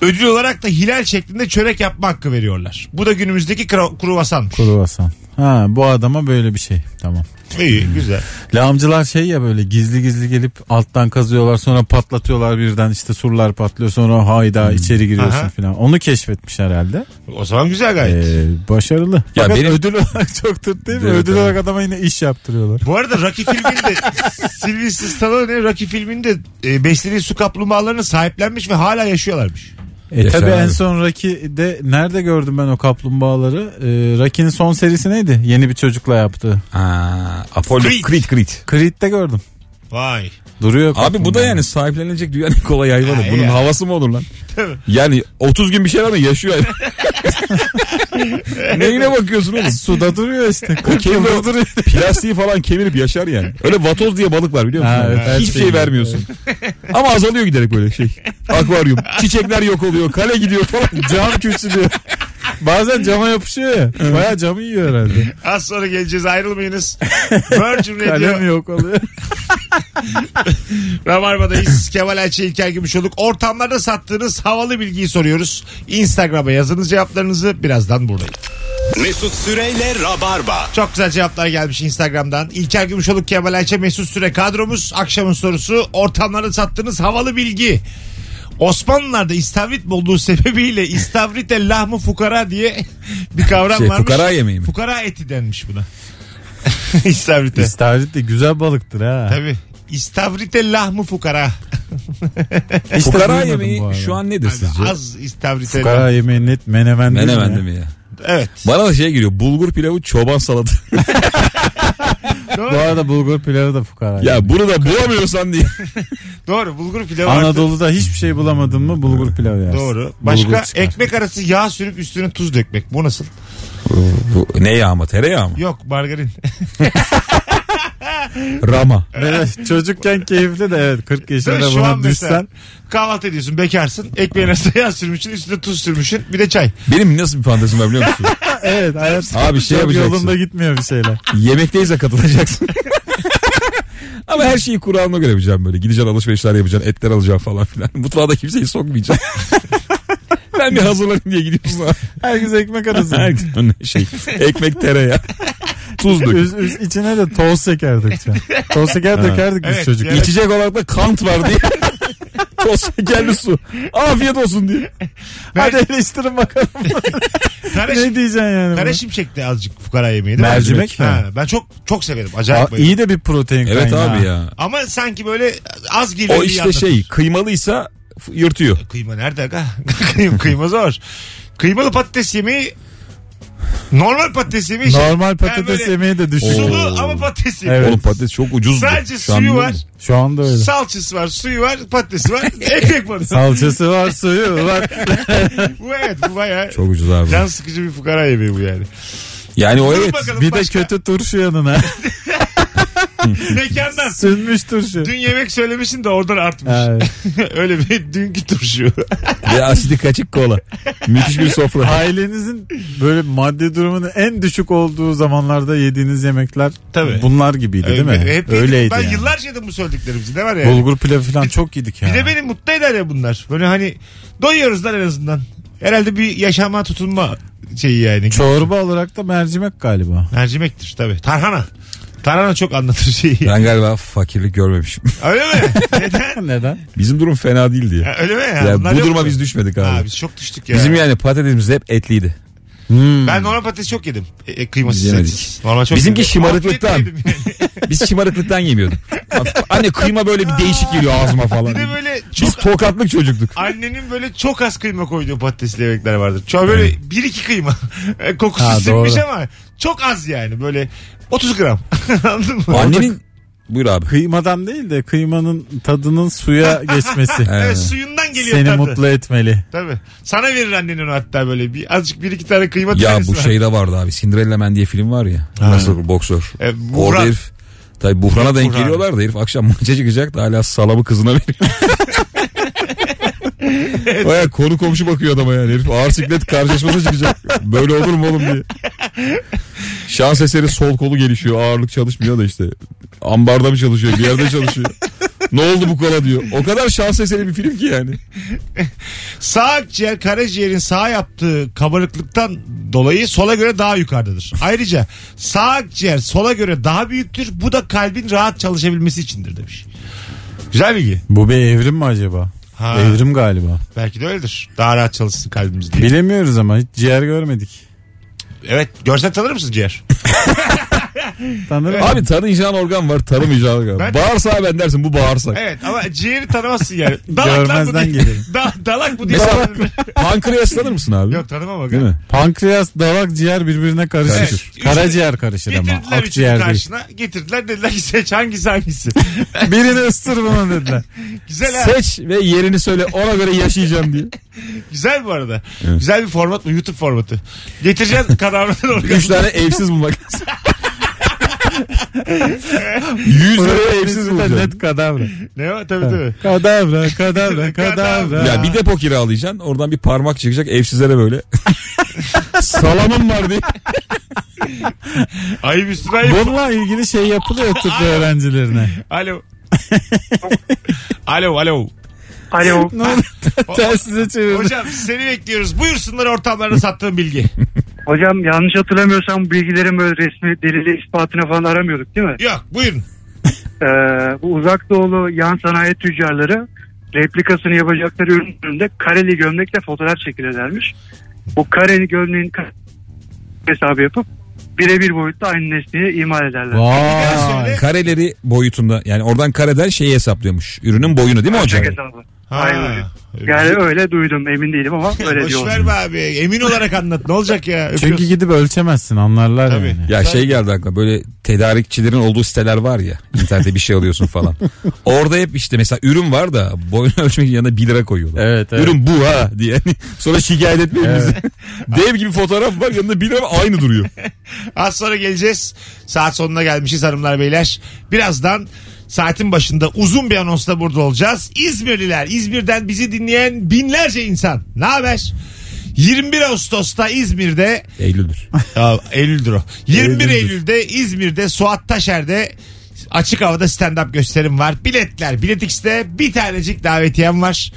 Speaker 2: Ödül olarak da hilal şeklinde çörek yapma hakkı veriyorlar. Bu da günümüzdeki kra- kruvasanmış.
Speaker 4: Kruvasan. Ha bu adama böyle bir şey. Tamam.
Speaker 2: İyi güzel.
Speaker 4: Lağımcılar şey ya böyle gizli gizli gelip alttan kazıyorlar sonra patlatıyorlar birden işte surlar patlıyor sonra hayda
Speaker 3: Hmm.
Speaker 4: içeri
Speaker 2: Aha.
Speaker 4: giriyorsun filan. Onu keşfetmiş herhalde.
Speaker 2: O zaman güzel gayet.
Speaker 4: Ee, başarılı.
Speaker 3: Ya
Speaker 4: Fakat
Speaker 3: benim-
Speaker 4: ödül olarak çok tırt değil mi?
Speaker 3: Evet,
Speaker 4: ödül
Speaker 3: evet.
Speaker 4: olarak adama yine iş yaptırıyorlar.
Speaker 2: Bu arada Rocky filminde Sylvester Stallone Rocky filminde e, beslediği su kaplumbağalarını sahiplenmiş ve hala yaşıyorlarmış.
Speaker 4: E
Speaker 3: Yaşar
Speaker 4: tabi
Speaker 3: abi.
Speaker 4: en son Rocky de nerede gördüm ben o kaplumbağaları? Ee, Rocky'nin son serisi neydi? Yeni bir çocukla yaptığı.
Speaker 3: Aa, Apollo
Speaker 2: Creed.
Speaker 3: Creed Creed.
Speaker 4: Creed'de gördüm.
Speaker 2: Vay.
Speaker 4: Duruyor.
Speaker 3: Abi bu da
Speaker 4: kafamda.
Speaker 3: yani sahiplenilecek dünyanın en kolay hayvanı.
Speaker 2: Ha,
Speaker 3: Bunun
Speaker 2: ya.
Speaker 3: havası mı olur lan? Yani 30 gün bir şey var mı yaşıyor. Neyine bakıyorsun oğlum?
Speaker 4: Suda duruyor işte.
Speaker 3: O kemir, plastiği falan kemirip yaşar yani. Öyle vatoz diye balık var biliyor musun?
Speaker 4: Ha, evet, her
Speaker 3: Hiçbir şey,
Speaker 4: şey var.
Speaker 3: vermiyorsun. Ama azalıyor giderek böyle şey. Akvaryum. Çiçekler yok oluyor. Kale gidiyor falan.
Speaker 4: Cam küçülüyor. Bazen cama yapışıyor ya. Baya camı yiyor herhalde.
Speaker 2: Az sonra geleceğiz ayrılmayınız. Virgin Radio
Speaker 4: Kalem yok oluyor.
Speaker 2: Rabarba'dayız. Kemal Ayça, İlker Gümüşoluk. Ortamlarda sattığınız havalı bilgiyi soruyoruz. Instagram'a yazınız cevaplarınızı. Birazdan buradayım.
Speaker 1: Mesut Süreyle Rabarba.
Speaker 2: Çok güzel cevaplar gelmiş Instagram'dan. İlker Gümüşoluk, Kemal Ayça, Mesut Süre kadromuz. Akşamın sorusu ortamlarda sattığınız havalı bilgi. Osmanlılar'da istavrit olduğu sebebiyle istavrite lahmı fukara diye bir kavram
Speaker 3: Şey,
Speaker 2: varmış.
Speaker 3: fukara yemeği mi?
Speaker 2: Fukara eti denmiş buna. istavrite.
Speaker 4: İstavrit de güzel balıktır ha.
Speaker 2: Tabii. İstavrite lahmı fukara.
Speaker 4: Hiç de
Speaker 3: Fukara
Speaker 4: duymadım
Speaker 3: yemeği
Speaker 4: bu arada.
Speaker 3: şu an nedir sizce?
Speaker 2: Az istavrite.
Speaker 4: Fukara yemeği net menemen değil mi
Speaker 3: Menemen
Speaker 4: ya?
Speaker 3: değil mi ya?
Speaker 2: Evet.
Speaker 3: Bana da şey geliyor. Bulgur pilavı çoban salatı.
Speaker 4: Bu arada bulgur pilavı da fukara.
Speaker 3: ya bunu da bulamıyorsan diye.
Speaker 2: Doğru. Bulgur pilavı artık.
Speaker 4: Anadolu'da hiçbir şey bulamadın mı bulgur pilavı yersin.
Speaker 2: Doğru.
Speaker 4: Bulgur
Speaker 2: Başka
Speaker 4: çıkar.
Speaker 2: ekmek arası yağ sürüp üstüne tuz dökmek. Bu nasıl?
Speaker 3: Bu ne yağ mı? Tereyağı mı?
Speaker 2: Yok margarin.
Speaker 3: Rama.
Speaker 4: Evet, çocukken keyifli de evet 40
Speaker 2: Değil mi?
Speaker 4: yaşında
Speaker 2: Şu an
Speaker 4: buna
Speaker 2: mesela
Speaker 4: düşsen.
Speaker 2: kahvaltı ediyorsun bekarsın. Ekmeğin arasına yağ sürmüşsün üstüne tuz sürmüşsün bir de çay.
Speaker 3: Benim nasıl bir fantezim var biliyor musun?
Speaker 4: Evet hayat
Speaker 3: Abi şey
Speaker 4: çok
Speaker 3: yapacaksın.
Speaker 4: yolunda gitmiyor bir şeyler.
Speaker 3: Yemekteyiz de katılacaksın. Ama her şeyi kuralına göre yapacağım böyle. Gideceksin alışverişler yapacaksın, etler alacaksın falan filan. Mutfağa da kimseyi sokmayacaksın. ben bir hazırlanayım diye gidiyorsun.
Speaker 4: Herkes ekmek arası.
Speaker 3: Her gün önüne şey, ekmek tereyağı. Tuz dök.
Speaker 4: Üz, üz- içine de toz şeker dökeceksin. Toz şeker dökerdik biz
Speaker 2: Evet,
Speaker 4: çocukken.
Speaker 2: evet.
Speaker 3: İçecek olarak da kant var diye. Toz şekerli su. Afiyet olsun diye.
Speaker 4: Hadi eleştirin bakalım.
Speaker 2: Kara,
Speaker 4: ne diyeceksin yani?
Speaker 2: kara
Speaker 4: buna?
Speaker 2: şimşek de azıcık fukara yemeği değil mi?
Speaker 4: Mercimek mi?
Speaker 2: Ha, ben çok çok severim. Acayip
Speaker 4: Aa,
Speaker 2: bayılırım.
Speaker 4: iyi de bir protein
Speaker 3: Evet
Speaker 4: kaynağı.
Speaker 3: abi ya.
Speaker 2: Ama sanki böyle az geliyor.
Speaker 3: O
Speaker 2: diye
Speaker 3: işte
Speaker 2: anlatılır.
Speaker 3: şey kıymalıysa f- yırtıyor.
Speaker 2: Kıyma nerede aga? kıyma, kıyma zor. Kıymalı patates yemeği normal patates yemeği. şey.
Speaker 4: Normal
Speaker 2: Yani
Speaker 4: patates
Speaker 2: böyle
Speaker 4: yemeği de
Speaker 2: Sulu
Speaker 4: düşünüyorum.
Speaker 3: Oo.
Speaker 2: ama patates yemeği.
Speaker 4: Evet.
Speaker 3: Oğlum patates çok ucuz.
Speaker 2: Sadece suyu var,
Speaker 4: Şu anda öyle.
Speaker 2: salçası var, suyu var, patatesi var, ekmek var.
Speaker 4: Salçası var, suyu var.
Speaker 2: bu evet bu bayağı
Speaker 3: Çok ucuz abi.
Speaker 2: can sıkıcı bir fukara yemeği bu yani.
Speaker 3: Yani o
Speaker 2: Dur
Speaker 3: evet.
Speaker 2: bakalım
Speaker 4: bir de
Speaker 2: başka.
Speaker 4: kötü turşu yanına.
Speaker 2: Mekandan.
Speaker 4: Sünmüş turşu.
Speaker 2: Dün yemek söylemişsin de oradan artmış.
Speaker 4: Evet.
Speaker 2: Öyle bir dünkü turşu.
Speaker 3: Ve asidik açık kola. Müthiş bir sofra.
Speaker 4: Ailenizin böyle maddi durumunun en düşük olduğu zamanlarda yediğiniz yemekler
Speaker 2: Tabii.
Speaker 4: bunlar gibiydi değil mi?
Speaker 2: Hep
Speaker 4: Öyleydi
Speaker 2: Ben
Speaker 4: yani.
Speaker 2: yıllarca yedim bu söylediklerimizi. Ne var ya?
Speaker 4: Bulgur pilavı falan çok yedik ya.
Speaker 2: Bir de beni mutlu eder ya bunlar. Böyle hani doyuyoruz lan en azından. Herhalde bir yaşama tutunma şeyi yani.
Speaker 4: Çorba olarak da mercimek galiba.
Speaker 2: Mercimektir tabii. Tarhana. Tarhana çok anlatır şeyi.
Speaker 3: Ben galiba fakirlik görmemişim.
Speaker 2: Öyle mi? Neden?
Speaker 4: Neden?
Speaker 3: Bizim durum fena değildi ya.
Speaker 2: Ha, Öyle mi? Ya?
Speaker 3: Ya
Speaker 2: Bunlar
Speaker 3: bu
Speaker 2: yok
Speaker 3: duruma
Speaker 2: mu?
Speaker 3: biz düşmedik abi.
Speaker 2: Ha, biz çok düştük ya.
Speaker 3: Bizim yani patatesimiz hep etliydi.
Speaker 2: Ben normal patates çok yedim. E, e, kıymasız
Speaker 3: Biz yemedik.
Speaker 2: etsiz. Normal çok
Speaker 3: Bizimki
Speaker 2: yedim.
Speaker 3: şımarıklıktan.
Speaker 2: Afiyetle yedim yani.
Speaker 3: Biz şımarıklıktan yemiyorduk. Anne kıyma böyle bir değişik geliyor ağzıma falan.
Speaker 2: Bir de böyle çok
Speaker 3: Biz tokatlık çocuktuk.
Speaker 2: annenin böyle çok az kıyma koyduğu patatesli yemekler vardır. Çok böyle bir iki kıyma. E, Kokusu
Speaker 4: Ha,
Speaker 2: sinmiş
Speaker 4: doğru.
Speaker 2: ama çok az yani böyle 30 gram. Anladın mı?
Speaker 3: Annemin... Buyur abi.
Speaker 4: Kıymadan değil de kıymanın tadının suya geçmesi.
Speaker 2: Evet, suyundan geliyor
Speaker 4: Seni
Speaker 2: tadı.
Speaker 4: mutlu etmeli.
Speaker 2: Tabii. Sana verir annen onu hatta böyle bir azıcık bir iki tane kıyma
Speaker 3: Ya
Speaker 2: tanesi
Speaker 3: bu şey
Speaker 2: var.
Speaker 3: şeyde vardı abi. Cinderella Man diye film var ya. Nasıl boksör.
Speaker 2: E, Buhran.
Speaker 3: Orada herif Tabii buhrana denk
Speaker 2: Buhran.
Speaker 3: geliyorlar da herif akşam maça çıkacak da hala salamı kızına veriyor. Baya konu komşu bakıyor adama yani herif ağır siklet karşılaşması çıkacak. Böyle olur mu oğlum diye. Şans eseri sol kolu gelişiyor ağırlık çalışmıyor da işte. Ambarda mı çalışıyor bir yerde çalışıyor. Ne oldu bu kola diyor. O kadar şans eseri bir film ki yani.
Speaker 2: Sağ akciğer karaciğerin sağ yaptığı kabarıklıktan dolayı sola göre daha yukarıdadır. Ayrıca sağ akciğer sola göre daha büyüktür. Bu da kalbin rahat çalışabilmesi içindir demiş. Güzel bilgi.
Speaker 4: Bu bir evrim mi acaba?
Speaker 2: Ha.
Speaker 4: Evrim galiba.
Speaker 2: Belki de öyledir. Daha rahat çalışsın kalbimiz diye.
Speaker 4: Bilemiyoruz ama hiç ciğer görmedik.
Speaker 2: Evet. Görsel tanır mısın ciğer?
Speaker 4: Tanırım.
Speaker 3: Abi tanıyacağın organ var tanımayacağın organ.
Speaker 2: Ben-
Speaker 3: Bağırsağa ben dersin bu bağırsak.
Speaker 2: Evet ama ciğeri tanımazsın yani. Dalak
Speaker 4: Görmezden
Speaker 2: lan bu diye.
Speaker 4: gelirim.
Speaker 2: Da, dalak bu diye.
Speaker 3: Mesela- Pankreas tanır mısın abi?
Speaker 2: Yok tanımam aga.
Speaker 3: Değil mi?
Speaker 4: Pankreas, dalak, ciğer birbirine karışır.
Speaker 2: Karışır. Evet.
Speaker 4: Karaciğer karışır ama.
Speaker 2: Getirdiler üçünü
Speaker 4: Akciğer değil.
Speaker 2: karşına. Getirdiler dediler ki seç hangisi hangisi.
Speaker 4: Birini ısır bunu dediler.
Speaker 2: Güzel ha.
Speaker 3: Seç ve yerini söyle ona göre yaşayacağım diye.
Speaker 2: Güzel bu arada. Güzel bir format bu. YouTube formatı. Getireceksin kadavradan organı.
Speaker 3: Üç tane evsiz bulmak lazım. Yüz liraya evsiz
Speaker 4: Hepsi de
Speaker 3: bulacaksın.
Speaker 4: net kadavra.
Speaker 2: ne var? Tabii tabii.
Speaker 4: Kadavra, kadavra, kadavra.
Speaker 3: Ya bir depo kiralayacaksın. Oradan bir parmak çıkacak evsizlere böyle. Salamım var diye.
Speaker 2: Ayıp üstüne ayıp.
Speaker 4: Bununla ilgili şey yapılıyor tıp öğrencilerine.
Speaker 2: Alo. alo alo.
Speaker 7: Alo.
Speaker 4: Ne oldu? Tersize çevirdi.
Speaker 2: Hocam seni bekliyoruz. Buyursunlar ortamlarına sattığın bilgi.
Speaker 7: Hocam yanlış hatırlamıyorsam bu bilgilerin böyle resmi delili ispatına falan aramıyorduk değil mi?
Speaker 2: Yok buyurun.
Speaker 7: Ee, bu uzak doğulu yan sanayi tüccarları replikasını yapacakları ürünlerinde kareli gömlekle fotoğraf çekilirlermiş. Bu kareli gömleğin ka- hesabı yapıp birebir boyutta aynı nesneyi imal ederler.
Speaker 4: Vay.
Speaker 3: Kareleri boyutunda yani oradan kareden şeyi hesaplıyormuş. Ürünün boyunu değil mi hocam?
Speaker 7: Gerçek hesabı.
Speaker 2: Ha.
Speaker 7: Aynen. Yani öyle duydum emin değilim ama öyle
Speaker 2: Boş
Speaker 7: diyorlar.
Speaker 2: ver be abi. Emin olarak anlat. Ne olacak ya?
Speaker 4: Çünkü
Speaker 2: Öpüyoruz.
Speaker 4: gidip ölçemezsin anlarlar
Speaker 2: Tabii.
Speaker 4: yani.
Speaker 3: Ya şey geldi aklıma böyle tedarikçilerin olduğu siteler var ya internette bir şey alıyorsun falan. Orada hep işte mesela ürün var da boyunu ölçmek için yanına 1 lira koyuyorlar.
Speaker 4: Evet, evet.
Speaker 3: Ürün bu ha diye. Hani Sonra şikayet etmeyin bizi. Dev gibi fotoğraf var yanında 1 lira aynı duruyor.
Speaker 2: Az sonra geleceğiz. Saat sonuna gelmişiz hanımlar beyler. Birazdan saatin başında uzun bir anonsla burada olacağız. İzmirliler, İzmir'den bizi dinleyen binlerce insan. Ne haber? 21 Ağustos'ta İzmir'de
Speaker 3: Eylül'dür.
Speaker 2: ya, Eylül'dür o. 21
Speaker 4: Eylül'dür.
Speaker 2: Eylül'de İzmir'de Suat Taşer'de açık havada stand-up gösterim var. Biletler Biletix'te bir tanecik davetiyem var.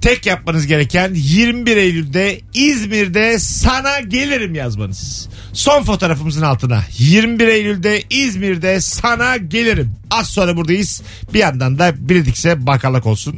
Speaker 2: Tek yapmanız gereken 21 Eylül'de İzmir'de sana gelirim yazmanız. Son fotoğrafımızın altına 21 Eylül'de İzmir'de sana gelirim. Az sonra buradayız. Bir yandan da Biletix'e bakalak olsun.